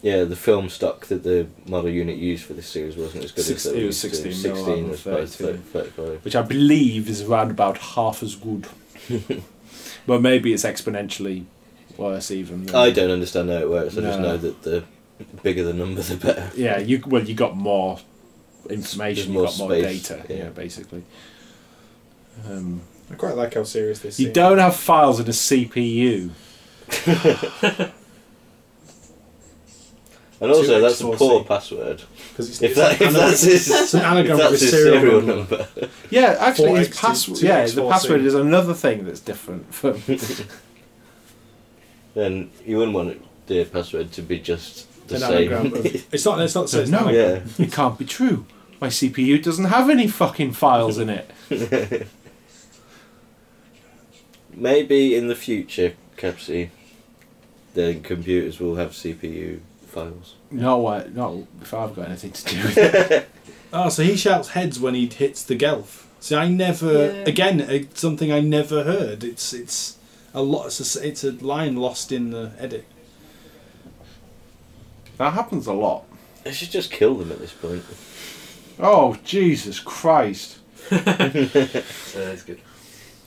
[SPEAKER 1] yeah the film stock that the model unit used for this series wasn't as good
[SPEAKER 2] Six-
[SPEAKER 1] as that
[SPEAKER 2] it
[SPEAKER 1] we
[SPEAKER 2] was
[SPEAKER 1] used to.
[SPEAKER 2] 16 mil
[SPEAKER 1] Sixteen
[SPEAKER 2] rather
[SPEAKER 1] was
[SPEAKER 2] than
[SPEAKER 1] about
[SPEAKER 2] 13.
[SPEAKER 1] 35.
[SPEAKER 2] which I believe is around about half as [laughs] good. but maybe it's exponentially worse even. than-
[SPEAKER 1] I don't understand how it works. I just
[SPEAKER 2] No.
[SPEAKER 1] know that the bigger the number, the better.
[SPEAKER 2] Yeah, you well, you got more information, you
[SPEAKER 1] more
[SPEAKER 2] got more
[SPEAKER 1] space,
[SPEAKER 2] data.
[SPEAKER 1] yeah.
[SPEAKER 2] Yeah, basically. Um,
[SPEAKER 4] I quite like how serious this.
[SPEAKER 2] you
[SPEAKER 4] scene
[SPEAKER 2] don't have files in a CPU.
[SPEAKER 1] And also,
[SPEAKER 4] Two
[SPEAKER 1] that's a poor
[SPEAKER 4] X4C.
[SPEAKER 1] password.
[SPEAKER 4] 'Cause it's,
[SPEAKER 1] If,
[SPEAKER 4] it's
[SPEAKER 1] that,
[SPEAKER 4] an
[SPEAKER 1] if that's
[SPEAKER 4] anagram-
[SPEAKER 1] his,
[SPEAKER 2] [laughs]
[SPEAKER 4] [laughs] it's an
[SPEAKER 1] if
[SPEAKER 4] anagram of
[SPEAKER 1] that's
[SPEAKER 4] his
[SPEAKER 1] his
[SPEAKER 4] serial,
[SPEAKER 1] serial
[SPEAKER 4] number.
[SPEAKER 1] number.
[SPEAKER 2] Yeah, actually, his
[SPEAKER 4] 4X2,
[SPEAKER 2] password. Yeah, the
[SPEAKER 4] 2X4C.
[SPEAKER 2] password is another thing that's [laughs] different. From,
[SPEAKER 1] then you wouldn't want it, the password to be just the
[SPEAKER 4] An anagram
[SPEAKER 1] same. [laughs]
[SPEAKER 4] of, it's not. It's not. So it's
[SPEAKER 2] No.
[SPEAKER 4] no.
[SPEAKER 1] yeah.
[SPEAKER 2] it can't be true. My CPU doesn't have any fucking files in it.
[SPEAKER 1] [laughs] Maybe in the future, Capsy, the computers will have CPU files.
[SPEAKER 2] No, I, no. If I've got anything to do with it,
[SPEAKER 4] Oh, so he shouts heads when he hits the gelf. See, I never
[SPEAKER 6] Yeah.
[SPEAKER 4] again it's something I never heard. It's it's a lot. It's a, it's a line lost in the edit.
[SPEAKER 2] [laughs] that happens a lot.
[SPEAKER 1] They should just kill them at this point.
[SPEAKER 2] Oh Jesus Christ!
[SPEAKER 3] Yeah, that's good.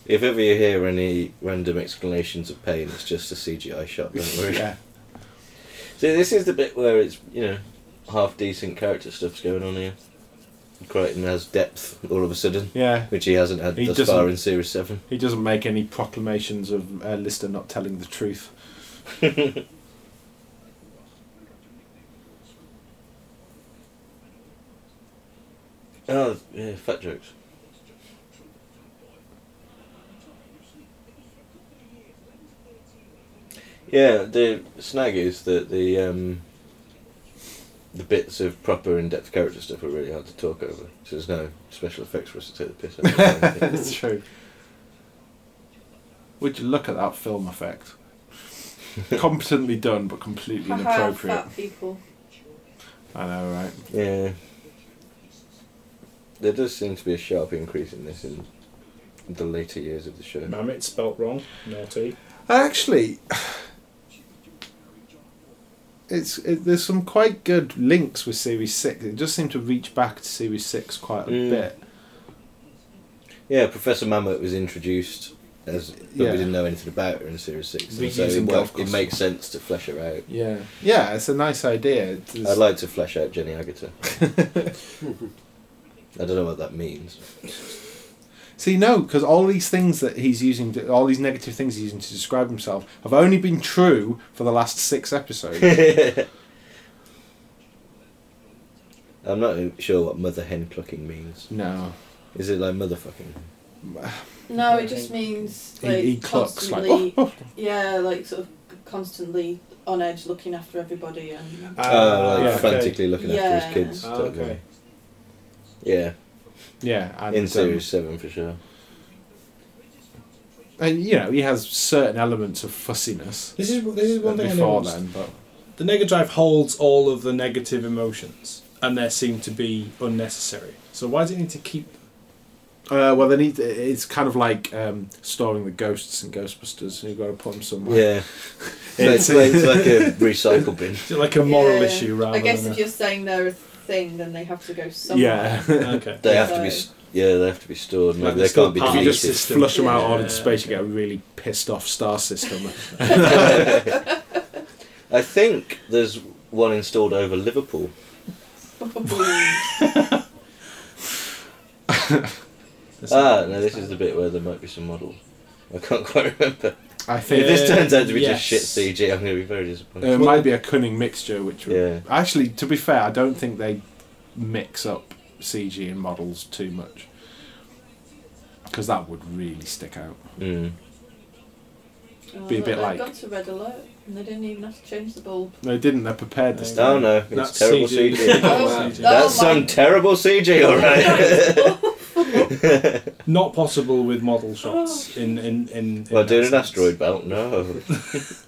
[SPEAKER 1] If ever you hear any random exclamations of pain, it's just a CGI shot, don't worry. [laughs]
[SPEAKER 2] Yeah,
[SPEAKER 1] So this is the bit where it's, you know, half decent character stuff's going on here. Crichton has depth all of a sudden,
[SPEAKER 2] yeah.
[SPEAKER 1] which he hasn't had
[SPEAKER 2] He
[SPEAKER 1] thus
[SPEAKER 2] doesn't-
[SPEAKER 1] far in Series
[SPEAKER 2] [laughs]
[SPEAKER 1] 7.
[SPEAKER 2] He doesn't make any proclamations of uh, Lister not telling the truth.
[SPEAKER 1] Oh, yeah, fat jokes. Yeah, the snag is that the um, the bits of proper in-depth character stuff are really hard to talk over. So there's no special effects for us to take the piss out. of.
[SPEAKER 2] [laughs] That's true. Would you look at that film effect? [laughs] Competently done, but completely
[SPEAKER 6] Haha,
[SPEAKER 2] inappropriate.
[SPEAKER 6] fat people.
[SPEAKER 2] I know, right?
[SPEAKER 1] Yeah. There does seem to be a sharp increase in this in the later years of the show.
[SPEAKER 4] Mammoth spelt wrong. Naughty.
[SPEAKER 2] Actually, it's it, there's some quite good links with Series Six. It does seem to reach back to Series Six quite a
[SPEAKER 1] Mm.
[SPEAKER 2] bit.
[SPEAKER 1] Yeah, Professor Mammut was introduced as, but
[SPEAKER 2] Yeah.
[SPEAKER 1] we didn't know anything about her in Series Six, and
[SPEAKER 2] Big
[SPEAKER 1] so
[SPEAKER 2] use
[SPEAKER 1] it,
[SPEAKER 2] in
[SPEAKER 1] worked-
[SPEAKER 2] golf
[SPEAKER 1] it
[SPEAKER 2] course.
[SPEAKER 1] makes sense to flesh her out.
[SPEAKER 2] Yeah, yeah. It's a nice idea. It's-
[SPEAKER 1] I'd like to flesh out Jenny
[SPEAKER 2] [laughs]
[SPEAKER 1] Agutter. I don't know what that
[SPEAKER 2] [laughs]
[SPEAKER 1] means.
[SPEAKER 2] See, no, because all these things that he's using, to, all these negative things he's using to describe himself, have only been true for the last six
[SPEAKER 1] [laughs]
[SPEAKER 2] episodes.
[SPEAKER 1] I'm not even sure what mother hen plucking means.
[SPEAKER 2] no,
[SPEAKER 1] Is it like motherfucking?
[SPEAKER 6] No, it just means
[SPEAKER 2] he,
[SPEAKER 6] like
[SPEAKER 2] he clucks like.
[SPEAKER 6] constantly,
[SPEAKER 2] Oh, oh."
[SPEAKER 6] [laughs] yeah, like sort of constantly on edge, looking after everybody,
[SPEAKER 2] Ah,
[SPEAKER 6] and
[SPEAKER 2] Uh,
[SPEAKER 4] Uh,
[SPEAKER 1] oh, like
[SPEAKER 2] yeah, okay.
[SPEAKER 1] frantically looking after his
[SPEAKER 6] Yeah.
[SPEAKER 1] kids.
[SPEAKER 4] Ah,
[SPEAKER 1] sort of
[SPEAKER 4] okay.
[SPEAKER 1] thing. Yeah,
[SPEAKER 2] [laughs] Yeah, and,
[SPEAKER 1] in
[SPEAKER 2] um,
[SPEAKER 1] Series Seven for sure.
[SPEAKER 2] and you know he has certain elements of fussiness uh,
[SPEAKER 4] This is this is one thing I
[SPEAKER 2] before
[SPEAKER 4] noticed.
[SPEAKER 2] then, but
[SPEAKER 4] The Nega Drive holds all of the negative emotions, and they seem to be unnecessary. So why does it need to keep?
[SPEAKER 2] uh, well, they need. It's kind of like um, storing the ghosts in Ghostbusters, and you've got to put them somewhere.
[SPEAKER 1] Yeah, it's, like, it's like a recycle bin.
[SPEAKER 4] Is it like a moral
[SPEAKER 6] Yeah.
[SPEAKER 4] issue rather
[SPEAKER 6] I guess
[SPEAKER 4] than?
[SPEAKER 6] if you're saying they're a thing, then they have to go somewhere.
[SPEAKER 2] uh, [laughs]
[SPEAKER 6] [laughs]
[SPEAKER 2] yeah.
[SPEAKER 4] a, okay.
[SPEAKER 1] They have to be.
[SPEAKER 6] So-
[SPEAKER 1] s- Yeah, they have to be stored. Maybe
[SPEAKER 4] Like
[SPEAKER 1] they
[SPEAKER 4] they're
[SPEAKER 1] can't be
[SPEAKER 4] still
[SPEAKER 2] If
[SPEAKER 4] part
[SPEAKER 2] you
[SPEAKER 4] of
[SPEAKER 1] deleted.
[SPEAKER 2] just
[SPEAKER 4] the system.
[SPEAKER 2] flush them out
[SPEAKER 6] Yeah.
[SPEAKER 2] all into space, you get a really pissed off star
[SPEAKER 1] [laughs]
[SPEAKER 2] system.
[SPEAKER 1] I think there's one installed over Liverpool.
[SPEAKER 4] That's
[SPEAKER 6] Oh,
[SPEAKER 1] Ah,
[SPEAKER 4] it.
[SPEAKER 1] Ah, no, this is the bit where there might be some models. I can't [laughs] quite remember.
[SPEAKER 2] I
[SPEAKER 1] if
[SPEAKER 2] think
[SPEAKER 1] this turns out to be
[SPEAKER 4] yes.
[SPEAKER 1] just shit CG, I'm going to be very
[SPEAKER 2] Uh, it
[SPEAKER 1] disappointed.
[SPEAKER 2] might be a cunning mixture, which would-
[SPEAKER 1] Yeah.
[SPEAKER 2] actually, to be fair, I don't think they mix up CG and models too much because that would really stick out.
[SPEAKER 1] Mm.
[SPEAKER 2] Be a bit
[SPEAKER 6] they
[SPEAKER 2] like-
[SPEAKER 6] got to red alert and they didn't even have to change the bulb.
[SPEAKER 2] They didn't. They're prepared this
[SPEAKER 1] Oh
[SPEAKER 2] time.
[SPEAKER 1] no, it's
[SPEAKER 4] That's
[SPEAKER 1] terrible
[SPEAKER 4] CG.
[SPEAKER 1] CG.
[SPEAKER 4] [laughs] Oh,
[SPEAKER 6] wow. That-
[SPEAKER 4] CG.
[SPEAKER 1] That's
[SPEAKER 6] Oh my-
[SPEAKER 1] some terrible CG, alright.
[SPEAKER 4] Not possible with model
[SPEAKER 6] Oh.
[SPEAKER 4] shots in in in. in
[SPEAKER 1] well,
[SPEAKER 4] that
[SPEAKER 1] doing an
[SPEAKER 4] sense.
[SPEAKER 1] asteroid belt, no.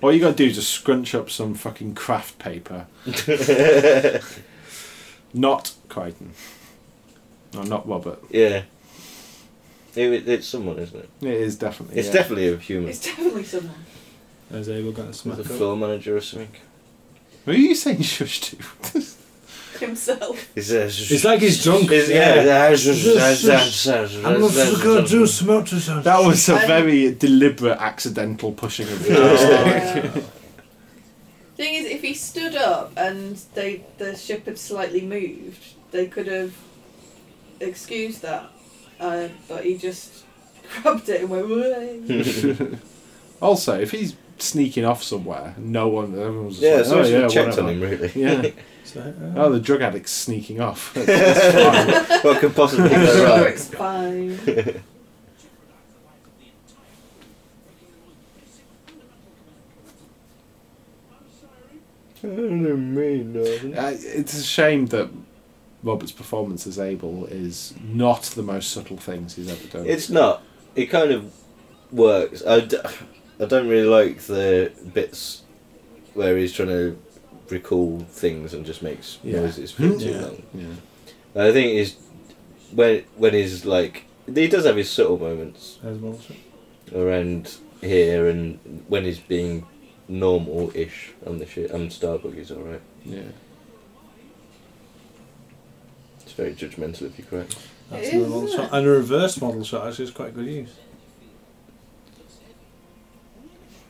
[SPEAKER 2] All you gotta do is just scrunch up some fucking craft paper. Not Crichton. No, not Robert.
[SPEAKER 1] yeah. It, wa- it's someone, isn't it?
[SPEAKER 2] It is definitely.
[SPEAKER 1] It's
[SPEAKER 2] yeah.
[SPEAKER 1] definitely a human.
[SPEAKER 6] It's definitely someone. [laughs]
[SPEAKER 4] As Abel got a smack
[SPEAKER 1] It's a
[SPEAKER 4] up.
[SPEAKER 1] floor manager or something.
[SPEAKER 2] Who are you saying [laughs] shush to?
[SPEAKER 1] [laughs]
[SPEAKER 6] Himself.
[SPEAKER 1] It's, uh, sh-
[SPEAKER 4] It's like he's drunk.
[SPEAKER 1] It's- yeah. I'm
[SPEAKER 4] smoke to sound.
[SPEAKER 2] That was a
[SPEAKER 6] I'm-
[SPEAKER 2] very deliberate, accidental pushing of
[SPEAKER 1] [laughs]
[SPEAKER 2] the
[SPEAKER 6] Yeah. [laughs] Thing is, if he stood up and they the ship had slightly moved, they could have excused that. Uh, but he just [laughs] grabbed it and went.
[SPEAKER 1] [laughs]
[SPEAKER 6] "Wah."
[SPEAKER 2] [laughs] Also, if he's sneaking off somewhere, no one, everyone's just
[SPEAKER 1] Yeah,
[SPEAKER 2] like,
[SPEAKER 1] so
[SPEAKER 2] oh,
[SPEAKER 1] we
[SPEAKER 2] yeah,
[SPEAKER 1] checked
[SPEAKER 2] whatever."
[SPEAKER 1] on him, really. [laughs]
[SPEAKER 2] Yeah. Oh, the drug addict's sneaking off. That's fine.
[SPEAKER 1] what could possibly
[SPEAKER 6] I'm
[SPEAKER 1] go
[SPEAKER 6] [laughs] sure
[SPEAKER 1] wrong? [laughs]
[SPEAKER 6] it's fine.
[SPEAKER 2] Uh, it's a shame that Robert's performance as Abel is not the most subtle things he's ever done.
[SPEAKER 1] It's not. It kind of works. I, d- I don't really like the bits where he's trying to recall things and just makes
[SPEAKER 2] Yeah.
[SPEAKER 1] noises for too
[SPEAKER 4] Yeah.
[SPEAKER 1] long.
[SPEAKER 2] yeah.
[SPEAKER 1] I think is when when he's like he does have his subtle moments around here and when he's being normal-ish on the shit. And Starbuck is all right.
[SPEAKER 2] yeah.
[SPEAKER 1] It's very judgmental if you're correct.
[SPEAKER 4] That's
[SPEAKER 6] It
[SPEAKER 4] another
[SPEAKER 6] is,
[SPEAKER 4] model
[SPEAKER 6] isn't
[SPEAKER 4] shot.
[SPEAKER 6] it?
[SPEAKER 4] And a reverse model shot actually is quite good use.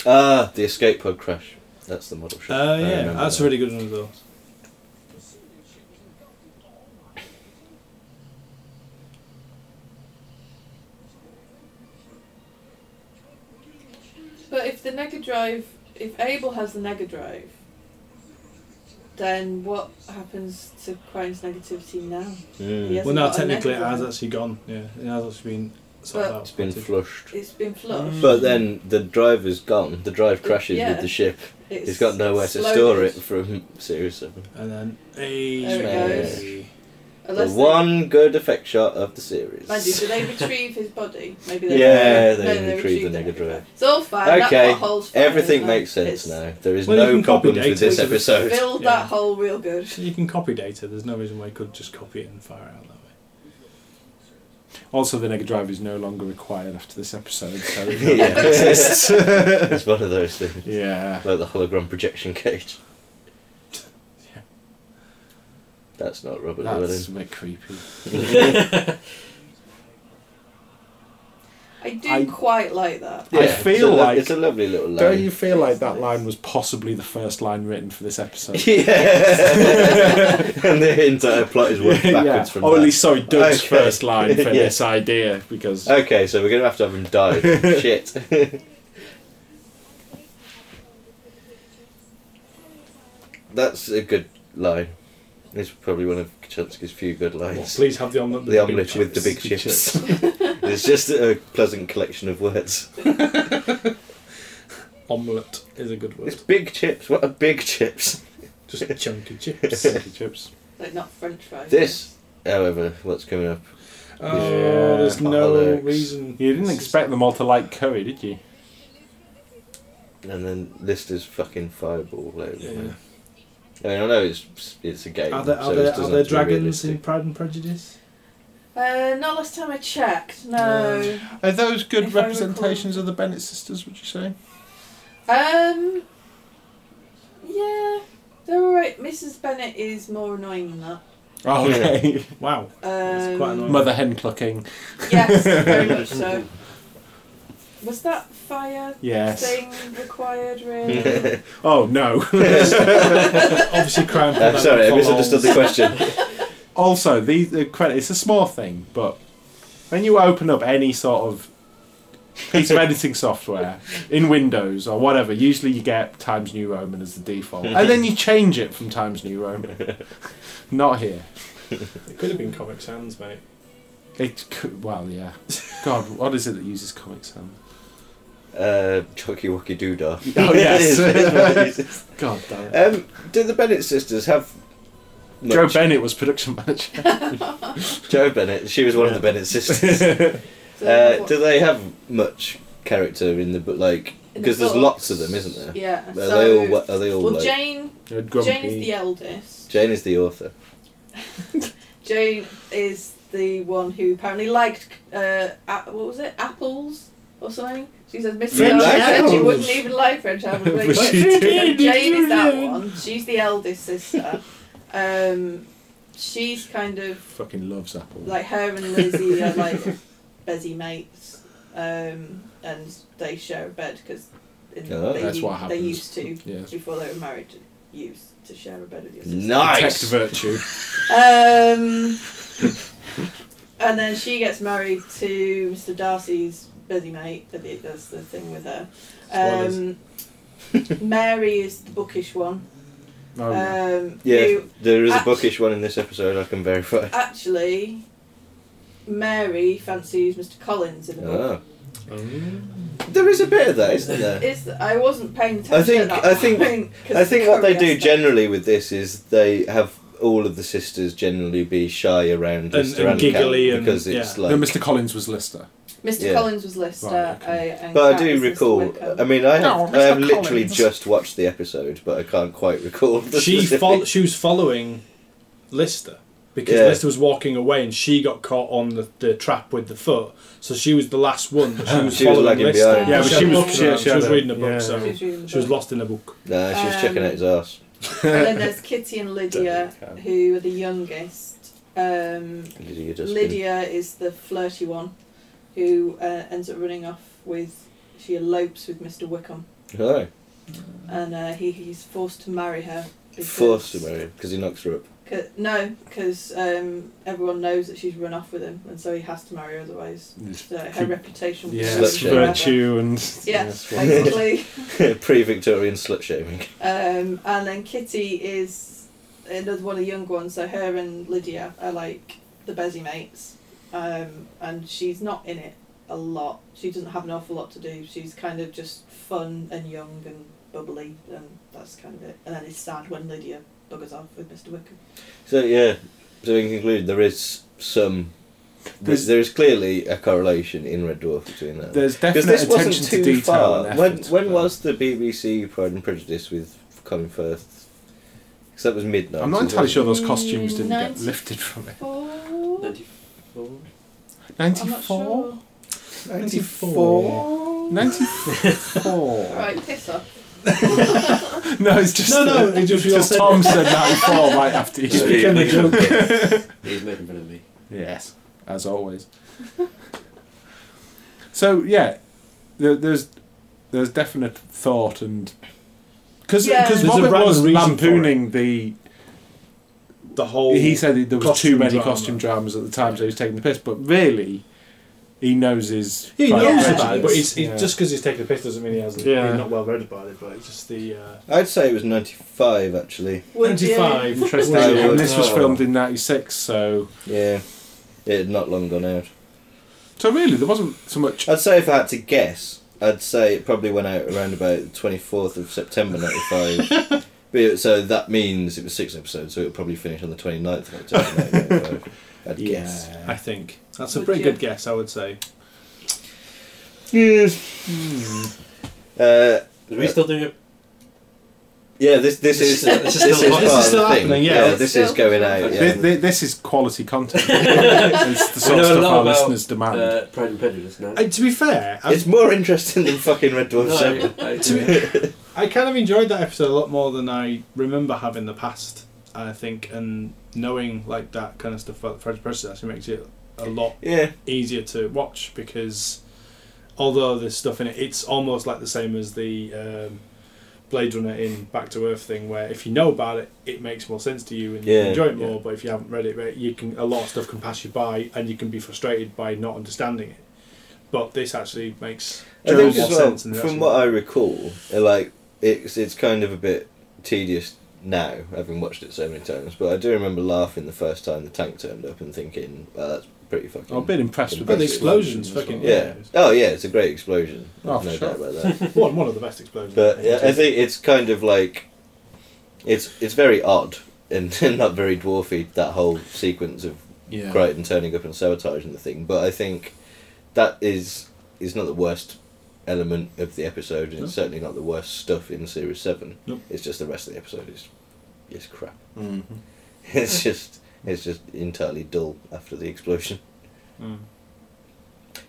[SPEAKER 1] Ah, the escape pod crash. That's the model shot.
[SPEAKER 4] Uh,
[SPEAKER 1] I
[SPEAKER 4] yeah,
[SPEAKER 1] remember
[SPEAKER 4] that's a
[SPEAKER 1] that.
[SPEAKER 4] really good one though.
[SPEAKER 6] But if the Mega Drive, if Abel has the Mega Drive, then what happens to Crime's negativity now?
[SPEAKER 1] Mm.
[SPEAKER 6] Yes.
[SPEAKER 4] Well, now
[SPEAKER 6] not a
[SPEAKER 4] technically it
[SPEAKER 6] negative
[SPEAKER 4] has
[SPEAKER 6] one.
[SPEAKER 4] actually gone. Yeah, it has actually been sorted
[SPEAKER 6] But-
[SPEAKER 4] out.
[SPEAKER 1] It's been flushed.
[SPEAKER 6] It's been flushed.
[SPEAKER 1] But then the driver's gone. The drive crashes
[SPEAKER 6] Yeah.
[SPEAKER 1] with the ship.
[SPEAKER 6] It's
[SPEAKER 1] He's got nowhere to
[SPEAKER 6] slowly-
[SPEAKER 1] store it from Series 7.
[SPEAKER 4] and then
[SPEAKER 6] There
[SPEAKER 1] it
[SPEAKER 4] hey,
[SPEAKER 6] Unless
[SPEAKER 1] the
[SPEAKER 6] they-
[SPEAKER 1] one good effect shot of the series.
[SPEAKER 6] Mind you, do they retrieve his body? Maybe they
[SPEAKER 1] Yeah,
[SPEAKER 6] don't.
[SPEAKER 1] they retrieve the Mega Drive.
[SPEAKER 6] It's all fine.
[SPEAKER 1] Okay,
[SPEAKER 6] That hole's fine.
[SPEAKER 1] Everything
[SPEAKER 6] Like,
[SPEAKER 1] makes sense
[SPEAKER 6] it's
[SPEAKER 1] now. There is
[SPEAKER 4] Well, you
[SPEAKER 1] no
[SPEAKER 4] can copy
[SPEAKER 1] problems with
[SPEAKER 4] data,
[SPEAKER 1] this
[SPEAKER 4] you can
[SPEAKER 1] episode.
[SPEAKER 6] Build
[SPEAKER 4] Yeah.
[SPEAKER 6] that hole real good.
[SPEAKER 4] you can copy data. There's no reason why you could just copy it and fire it out that way.
[SPEAKER 2] Also, the Mega Drive is no longer required after this episode, so
[SPEAKER 1] [laughs]
[SPEAKER 2] it
[SPEAKER 1] [laughs] Yeah.
[SPEAKER 2] never [laughs] exists.
[SPEAKER 1] It's one of those things.
[SPEAKER 2] yeah.
[SPEAKER 1] Like the hologram projection cage.
[SPEAKER 4] Yeah.
[SPEAKER 1] That's not Robert
[SPEAKER 2] That's a bit creepy.
[SPEAKER 1] Llewellyn.
[SPEAKER 6] I do
[SPEAKER 2] I-
[SPEAKER 6] quite like that.
[SPEAKER 2] I
[SPEAKER 1] Yeah, it's a
[SPEAKER 2] feel
[SPEAKER 1] lo-
[SPEAKER 2] like-
[SPEAKER 1] It's a lovely little line. [laughs]
[SPEAKER 2] Don't you [laughs] feel like that
[SPEAKER 6] Nice.
[SPEAKER 2] line was possibly the first line written for this episode?
[SPEAKER 1] Yeah. [laughs] and the entire plot is worked backwards from
[SPEAKER 2] Or
[SPEAKER 1] that.
[SPEAKER 2] Oh, at least, sorry, Doug's
[SPEAKER 1] Okay.
[SPEAKER 2] first
[SPEAKER 1] [laughs]
[SPEAKER 2] line for
[SPEAKER 1] Yeah.
[SPEAKER 2] this idea because
[SPEAKER 1] Okay, so we're gonna have to have him die.
[SPEAKER 4] [laughs]
[SPEAKER 1] Shit. That's a good line. It's probably one of Kaczynski's few good
[SPEAKER 4] Well,
[SPEAKER 1] lines.
[SPEAKER 4] please have the omelet.
[SPEAKER 1] the omelette with the big chips. [laughs] it's just a pleasant collection of words.
[SPEAKER 4] Omelette is a good
[SPEAKER 1] [laughs]
[SPEAKER 4] word.
[SPEAKER 1] It's big chips. What are big chips?
[SPEAKER 4] Just chunky chips.
[SPEAKER 2] Stinky chips.
[SPEAKER 6] Like not French fries.
[SPEAKER 1] This, however, what's coming up?
[SPEAKER 4] Oh,
[SPEAKER 2] Yeah.
[SPEAKER 4] there's no
[SPEAKER 1] Alex.
[SPEAKER 4] reason.
[SPEAKER 2] You didn't expect them all to like curry, did you?
[SPEAKER 1] And then list is fucking fireball. Over
[SPEAKER 4] Yeah.
[SPEAKER 1] I mean, I know it's it's a game.
[SPEAKER 4] Are there,
[SPEAKER 1] so
[SPEAKER 4] are
[SPEAKER 1] it
[SPEAKER 4] there,
[SPEAKER 1] doesn't
[SPEAKER 4] are there
[SPEAKER 1] have to be
[SPEAKER 4] dragons [laughs]
[SPEAKER 1] realistic.
[SPEAKER 4] in Pride and Prejudice?
[SPEAKER 6] Uh, not last time I checked. No.
[SPEAKER 2] Are those good
[SPEAKER 6] If I recall-
[SPEAKER 2] representations of the Bennett sisters? Would you say?
[SPEAKER 6] Um. Yeah, they're alright. Mrs. Bennett is more annoying than that.
[SPEAKER 2] Oh, [laughs] okay.
[SPEAKER 4] Wow. That's
[SPEAKER 6] Um,
[SPEAKER 4] quite annoying.
[SPEAKER 2] Mother hen clucking.
[SPEAKER 6] Yes,
[SPEAKER 4] [laughs]
[SPEAKER 6] very much so. Was that fire
[SPEAKER 2] Yes.
[SPEAKER 6] thing required
[SPEAKER 1] [laughs]
[SPEAKER 6] really?
[SPEAKER 2] Oh [laughs] no.
[SPEAKER 4] Obviously, crime. for
[SPEAKER 1] I'm
[SPEAKER 4] that
[SPEAKER 1] sorry, I
[SPEAKER 4] follows.
[SPEAKER 1] misunderstood the question.
[SPEAKER 2] [laughs] also, the, the credit. It's a small thing, but when you open up any sort of piece of
[SPEAKER 1] [laughs]
[SPEAKER 2] editing software in Windows or whatever. Usually you get Times New Roman as the
[SPEAKER 1] [laughs]
[SPEAKER 2] default. And then you change it from Times New Roman. Not here.
[SPEAKER 4] It could have been Comic Sans, mate.
[SPEAKER 2] It could, well,
[SPEAKER 1] [laughs]
[SPEAKER 2] yeah. God, what is it that uses Comic Sans?
[SPEAKER 1] Uh, Chucky Wucky Doodah.
[SPEAKER 2] [laughs] Oh,
[SPEAKER 1] [laughs] It is,
[SPEAKER 2] yes.
[SPEAKER 1] it is what it
[SPEAKER 2] [laughs]
[SPEAKER 1] is.
[SPEAKER 2] God damn it.
[SPEAKER 1] Um, do the Bennett sisters have?
[SPEAKER 2] Joe
[SPEAKER 1] much-
[SPEAKER 2] Bennett was production
[SPEAKER 6] [laughs]
[SPEAKER 2] manager.
[SPEAKER 1] Joe Bennett. She was one of the
[SPEAKER 2] [laughs]
[SPEAKER 1] Bennett sisters.
[SPEAKER 6] So
[SPEAKER 1] uh,
[SPEAKER 6] what-
[SPEAKER 1] do they have much character in the book? Like,
[SPEAKER 6] In the
[SPEAKER 1] because there's
[SPEAKER 6] books?
[SPEAKER 1] lots of them, isn't there?
[SPEAKER 6] yeah.
[SPEAKER 1] Are
[SPEAKER 6] so,
[SPEAKER 1] they all? What, are they all?
[SPEAKER 6] well,
[SPEAKER 1] like,
[SPEAKER 6] Jane.
[SPEAKER 2] Grumpy.
[SPEAKER 6] Jane is the eldest.
[SPEAKER 1] Jane is the author.
[SPEAKER 6] Jane is the one who apparently liked uh, a- what was it apples or something. She says Miss
[SPEAKER 2] French
[SPEAKER 6] Jones said she
[SPEAKER 2] apples.
[SPEAKER 6] wouldn't even like French apples.
[SPEAKER 2] [laughs] But
[SPEAKER 6] Wait,
[SPEAKER 2] she
[SPEAKER 6] what?
[SPEAKER 2] did.
[SPEAKER 6] Jane is that one. She's the eldest sister. Um, she's kind of
[SPEAKER 2] Fucking loves Apple.
[SPEAKER 6] like her and Lizzie are like busy mates, um, and they share a bed because
[SPEAKER 1] Oh,
[SPEAKER 6] they,
[SPEAKER 2] that's
[SPEAKER 6] u-
[SPEAKER 2] what
[SPEAKER 6] they
[SPEAKER 2] happens.
[SPEAKER 6] used to
[SPEAKER 2] yeah.
[SPEAKER 6] before they were married to used to share a bed with your sister.
[SPEAKER 2] Protect
[SPEAKER 1] Nice. [laughs]
[SPEAKER 2] virtue. [laughs]
[SPEAKER 6] Um, and then she gets married to Mr. Darcy's busy mate. That it does the thing with her. Um,
[SPEAKER 2] [laughs]
[SPEAKER 6] Mary is the bookish one.
[SPEAKER 2] Oh,
[SPEAKER 1] Uh,
[SPEAKER 2] yeah.
[SPEAKER 6] Um,
[SPEAKER 1] [laughs] Yeah,
[SPEAKER 6] who
[SPEAKER 1] there is a
[SPEAKER 6] act-
[SPEAKER 1] bookish one in this episode. I can verify.
[SPEAKER 6] actually, Mary fancies Mr. Collins in the book.
[SPEAKER 1] Ah. There is a bit of that, isn't there?
[SPEAKER 6] Is I wasn't paying attention.
[SPEAKER 1] I think-
[SPEAKER 6] at that
[SPEAKER 1] I think-
[SPEAKER 6] point, 'cause
[SPEAKER 1] I think what they do
[SPEAKER 6] curiosity.
[SPEAKER 1] generally with this is they have all of the sisters generally be shy around
[SPEAKER 4] And-
[SPEAKER 1] Mr. Andcat
[SPEAKER 4] and giggly and-
[SPEAKER 1] because it's
[SPEAKER 4] yeah.
[SPEAKER 1] like.
[SPEAKER 2] no, Mr. Collins was Lister.
[SPEAKER 6] Mr.
[SPEAKER 1] yeah.
[SPEAKER 6] Collins was Lister,
[SPEAKER 2] Right, okay.
[SPEAKER 6] I- and
[SPEAKER 1] But I
[SPEAKER 6] Kat
[SPEAKER 1] do
[SPEAKER 6] was Mr.
[SPEAKER 1] recall.
[SPEAKER 6] Wickham.
[SPEAKER 1] I mean, I have,
[SPEAKER 2] No,
[SPEAKER 1] I have
[SPEAKER 2] Mr.
[SPEAKER 1] literally
[SPEAKER 2] Collins.
[SPEAKER 1] just watched the episode, but I can't quite recall. The
[SPEAKER 4] she
[SPEAKER 1] specific- [laughs]
[SPEAKER 4] fol- she was following Lister because
[SPEAKER 1] Yeah.
[SPEAKER 4] Lister was walking away and she got caught on the, the trap with the foot, so she was the last one. that She was
[SPEAKER 1] She was
[SPEAKER 4] following
[SPEAKER 1] lagging
[SPEAKER 4] Lister.
[SPEAKER 1] behind. Yeah,
[SPEAKER 2] but
[SPEAKER 4] had
[SPEAKER 2] she
[SPEAKER 4] a
[SPEAKER 2] was-
[SPEAKER 4] book
[SPEAKER 2] she-
[SPEAKER 4] around,
[SPEAKER 2] she
[SPEAKER 4] she
[SPEAKER 2] had
[SPEAKER 4] was
[SPEAKER 2] a-
[SPEAKER 4] reading a book,
[SPEAKER 2] yeah.
[SPEAKER 4] so
[SPEAKER 6] She's really
[SPEAKER 4] she was
[SPEAKER 6] good.
[SPEAKER 4] lost in a book.
[SPEAKER 1] No, she was checking
[SPEAKER 6] Um,
[SPEAKER 1] out his ass.
[SPEAKER 6] And then there's Kitty and Lydia, who are the youngest. Um,
[SPEAKER 1] Lydia. Justin.
[SPEAKER 6] Lydia is the flirty one, who uh, ends up running off with. She elopes with Mr. Wickham,
[SPEAKER 1] Oh,
[SPEAKER 6] and uh, he, he's forced to marry her. because-
[SPEAKER 1] forced to marry because he knocks her up. [laughs]
[SPEAKER 6] Cause, no, because um, everyone knows that she's run off with him, and so he has to marry her otherwise. So her reputation. will be
[SPEAKER 1] Slut
[SPEAKER 2] Yeah,
[SPEAKER 6] ruined
[SPEAKER 1] shame.
[SPEAKER 6] forever.
[SPEAKER 2] virtue and
[SPEAKER 6] Yeah,
[SPEAKER 2] Yes, well,
[SPEAKER 6] basically.
[SPEAKER 1] Pre-Victorian slut shaming. [laughs]
[SPEAKER 6] Um, and then Kitty is another one of the young ones, so her and Lydia are like the busy mates. Um, and she's not in it a lot. She doesn't have an awful lot to do. She's kind of just fun and young and bubbly, and that's kind of it. And then it's sad when Lydia buggers off with Mr. Wickham.
[SPEAKER 1] So yeah, so we can conclude there is some.
[SPEAKER 2] There's-
[SPEAKER 1] there is clearly a correlation in Red Dwarf between that.
[SPEAKER 2] There's
[SPEAKER 1] Because
[SPEAKER 2] definite
[SPEAKER 1] this
[SPEAKER 2] attention
[SPEAKER 1] wasn't too
[SPEAKER 2] to detail.
[SPEAKER 1] far.
[SPEAKER 2] and
[SPEAKER 1] when
[SPEAKER 2] effort,
[SPEAKER 1] when
[SPEAKER 2] but-
[SPEAKER 1] was the BBC Pride and Prejudice with Colin Firth? Because that was midnight.
[SPEAKER 2] I'm not entirely sure those costumes
[SPEAKER 6] Mm,
[SPEAKER 2] didn't get
[SPEAKER 6] ninety-
[SPEAKER 2] lifted from it.
[SPEAKER 6] Four? I'm not
[SPEAKER 2] 94?
[SPEAKER 6] sure.
[SPEAKER 2] 94? 94?
[SPEAKER 6] [laughs] Right, piss off.
[SPEAKER 2] No, it's just
[SPEAKER 4] No, no, it just-
[SPEAKER 2] just Tom said
[SPEAKER 1] [laughs]
[SPEAKER 2] 94 right after
[SPEAKER 3] Just
[SPEAKER 2] you.
[SPEAKER 3] be-
[SPEAKER 4] Became a joke.
[SPEAKER 3] He's made in front of me.
[SPEAKER 2] Yes, as always. [laughs] so yeah, there, there's there's definite thought and because
[SPEAKER 6] Yeah.
[SPEAKER 2] because
[SPEAKER 6] There's
[SPEAKER 4] a
[SPEAKER 2] Robert
[SPEAKER 4] rhyme
[SPEAKER 2] was
[SPEAKER 4] and reason for it.
[SPEAKER 2] lampooning the
[SPEAKER 4] The whole
[SPEAKER 2] he said there was
[SPEAKER 4] costume
[SPEAKER 2] too many
[SPEAKER 4] drama.
[SPEAKER 2] costume dramas at the time, so he was taking the piss. But really, he knows his.
[SPEAKER 4] he
[SPEAKER 2] Pride and
[SPEAKER 4] knows
[SPEAKER 2] Prejudice.
[SPEAKER 4] about it, but he's, he's
[SPEAKER 2] Yeah.
[SPEAKER 4] just because he's taking the piss doesn't mean he hasn't.
[SPEAKER 2] Yeah.
[SPEAKER 4] He's not well read about it, but it's just the uh,
[SPEAKER 1] I'd say it was '95 actually.
[SPEAKER 6] Would you-
[SPEAKER 4] 25.
[SPEAKER 2] interesting.
[SPEAKER 1] Well, yeah.
[SPEAKER 2] and this was
[SPEAKER 1] Oh.
[SPEAKER 2] filmed in '96, so
[SPEAKER 1] Yeah, it had not long gone out.
[SPEAKER 2] so really there wasn't so much.
[SPEAKER 1] I'd say if I had to guess, I'd say it probably went out around about the 24th of September 95.
[SPEAKER 2] [laughs]
[SPEAKER 1] But it- so that means it was six episodes, so it'll probably finish on the 29th of October
[SPEAKER 2] [laughs]
[SPEAKER 1] 1995. I'd guess.
[SPEAKER 4] I think that's a
[SPEAKER 6] Would
[SPEAKER 4] pretty
[SPEAKER 6] you?
[SPEAKER 4] good guess, I would say.
[SPEAKER 1] Uh,
[SPEAKER 3] Are we still doing it?
[SPEAKER 1] yeah, this this
[SPEAKER 2] [laughs]
[SPEAKER 1] is
[SPEAKER 3] This
[SPEAKER 1] this
[SPEAKER 3] is still-
[SPEAKER 1] is
[SPEAKER 3] this is
[SPEAKER 1] part of the
[SPEAKER 4] still
[SPEAKER 1] thing.
[SPEAKER 4] happening, yeah.
[SPEAKER 1] this is going out.
[SPEAKER 2] Thi-
[SPEAKER 1] Yeah.
[SPEAKER 2] thi- This is quality content. it's the sort
[SPEAKER 3] We
[SPEAKER 2] of
[SPEAKER 3] know a
[SPEAKER 2] stuff
[SPEAKER 3] lot
[SPEAKER 2] our
[SPEAKER 3] about,
[SPEAKER 2] listeners demand.
[SPEAKER 3] Uh, Pride and Prejudice now.
[SPEAKER 4] And to be fair, I'm-
[SPEAKER 1] It's more interesting than fucking Red Dwarf
[SPEAKER 3] No,
[SPEAKER 1] Seven.
[SPEAKER 3] I-
[SPEAKER 1] [laughs]
[SPEAKER 3] I- [laughs]
[SPEAKER 4] I kind of enjoyed that episode a lot more than I remember having the past. I think, and knowing like that kind of stuff about the French Prejudice actually makes it a lot
[SPEAKER 1] Yeah,
[SPEAKER 4] easier to watch because although there's stuff in it, it's almost like the same as the um, Blade Runner in Back to Earth thing, where if you know about it, it makes more sense to you and you
[SPEAKER 1] Yeah,
[SPEAKER 4] can enjoy it
[SPEAKER 1] yeah.
[SPEAKER 4] more. But if you haven't read it, right, you can a lot of stuff can pass you by, and you can be frustrated by not understanding it.
[SPEAKER 7] But this actually makes
[SPEAKER 1] I
[SPEAKER 7] general
[SPEAKER 1] think
[SPEAKER 7] more
[SPEAKER 1] as well,
[SPEAKER 7] sense. than the
[SPEAKER 1] from
[SPEAKER 7] actual-
[SPEAKER 1] what I recall, uh, like it's it's kind of a bit tedious now, having watched it so many times. But I do remember laughing the first time the tank turned up and thinking, "Well, that's pretty fucking."
[SPEAKER 2] I've been impressed with
[SPEAKER 1] But
[SPEAKER 7] But the
[SPEAKER 2] this.
[SPEAKER 7] explosions,
[SPEAKER 2] Well.
[SPEAKER 7] fucking
[SPEAKER 1] yeah. Oh yeah, it's a great explosion.
[SPEAKER 2] Oh,
[SPEAKER 1] There's no
[SPEAKER 2] for sure.
[SPEAKER 1] doubt about
[SPEAKER 2] [laughs]
[SPEAKER 1] that.
[SPEAKER 7] One one of the best explosions.
[SPEAKER 1] But yeah, I think it's kind of like it's it's very odd and, [laughs] and not very dwarfy that whole sequence of
[SPEAKER 2] Yeah.
[SPEAKER 1] Crichton turning up and sabotaging the thing. But I think that is is not the worst element of the episode, and it's certainly not the worst stuff in series seven.
[SPEAKER 7] No.
[SPEAKER 1] It's just the rest of the episode is is crap. [laughs]
[SPEAKER 7] Mm.
[SPEAKER 2] Mhm.
[SPEAKER 1] Mm. It's just it's just entirely dull after the explosion.
[SPEAKER 7] Mm.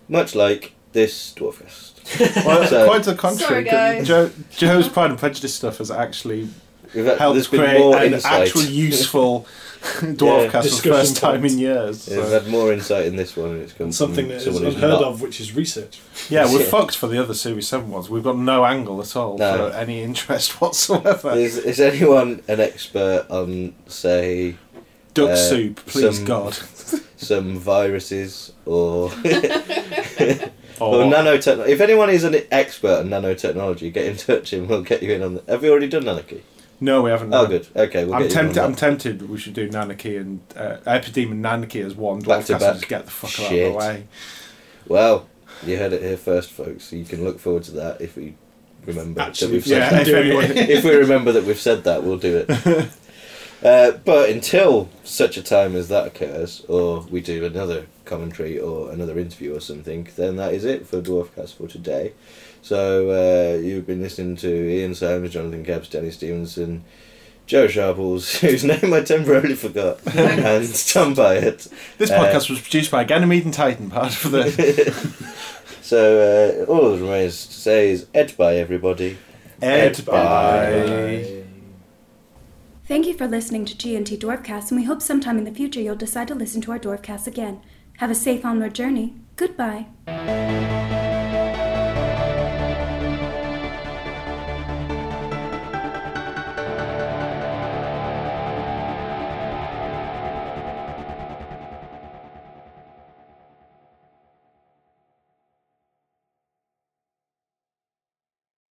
[SPEAKER 1] Much like this Dwarfest.
[SPEAKER 2] [laughs] Well,
[SPEAKER 1] So-
[SPEAKER 2] quite to the contrary,
[SPEAKER 6] Sorry, guys.
[SPEAKER 2] Joe, Joe's Pride and Prejudice stuff has actually
[SPEAKER 1] We've had-
[SPEAKER 2] helped
[SPEAKER 1] there's been
[SPEAKER 2] create
[SPEAKER 1] more
[SPEAKER 2] an
[SPEAKER 1] insight. [laughs]
[SPEAKER 2] actual useful [laughs] dwarf
[SPEAKER 1] Yeah.
[SPEAKER 2] cast for the
[SPEAKER 7] Discussion
[SPEAKER 2] first time
[SPEAKER 7] point.
[SPEAKER 2] in years.
[SPEAKER 1] Yeah, We've
[SPEAKER 2] so-
[SPEAKER 1] had more insight in this one, and it's come
[SPEAKER 7] And something
[SPEAKER 1] from
[SPEAKER 7] that is
[SPEAKER 1] someone who's
[SPEAKER 7] unheard
[SPEAKER 1] not
[SPEAKER 7] of, which is research.
[SPEAKER 2] Yeah, we're
[SPEAKER 1] Yeah.
[SPEAKER 2] fucked for the other Series 7 ones. We've got no angle at all
[SPEAKER 1] No.
[SPEAKER 2] for any interest [laughs] whatsoever.
[SPEAKER 1] Is, is anyone an expert on, say,
[SPEAKER 2] Duck
[SPEAKER 1] uh,
[SPEAKER 2] soup, please
[SPEAKER 1] some-
[SPEAKER 2] God.
[SPEAKER 1] some viruses or, or
[SPEAKER 2] Or,
[SPEAKER 1] nanotechnology? If anyone is an expert on nanotechnology, get in [laughs] touch and we'll get you in on that. Have we already done Anarchy?
[SPEAKER 2] no, we haven't.
[SPEAKER 1] Oh, good. Okay, we'll
[SPEAKER 2] I'm
[SPEAKER 1] get you in on
[SPEAKER 2] tempted. I'm
[SPEAKER 1] that.
[SPEAKER 2] tempted. We should do Nanaki and uh, Epidemic and Nanaki as one.
[SPEAKER 1] Back
[SPEAKER 2] Dwarf
[SPEAKER 1] to
[SPEAKER 2] cast
[SPEAKER 1] back.
[SPEAKER 2] and just get the fuck out
[SPEAKER 1] Shit.
[SPEAKER 2] of the way.
[SPEAKER 1] Well, you heard it here first, folks. You can look forward to that if we remember that
[SPEAKER 7] Actually,
[SPEAKER 1] we've said
[SPEAKER 2] Yeah,
[SPEAKER 1] that.
[SPEAKER 2] if
[SPEAKER 7] doing
[SPEAKER 2] anyone-
[SPEAKER 1] if we remember that we've said that, we'll do it. Uh, but until such a time as that occurs, or we do another commentary or another interview or something, then that is it for Dwarfcast for today. So uh, you've been listening to Ian Soames, Jonathan Gabbs, Danny Stevenson, Joe Sharples, [laughs] whose name I temporarily forgot, and Tom Byatt.
[SPEAKER 2] This
[SPEAKER 1] Uh,
[SPEAKER 2] podcast was produced by Ganymede and Titan, part of the
[SPEAKER 1] So uh, all that remains to say is Ed by everybody.
[SPEAKER 2] Ed by.
[SPEAKER 1] Bye.
[SPEAKER 8] Thank you for listening to G&T Dwarfcast, and we hope sometime in the future you'll decide to listen to our Dwarfcast again. Have a safe onward journey. Goodbye.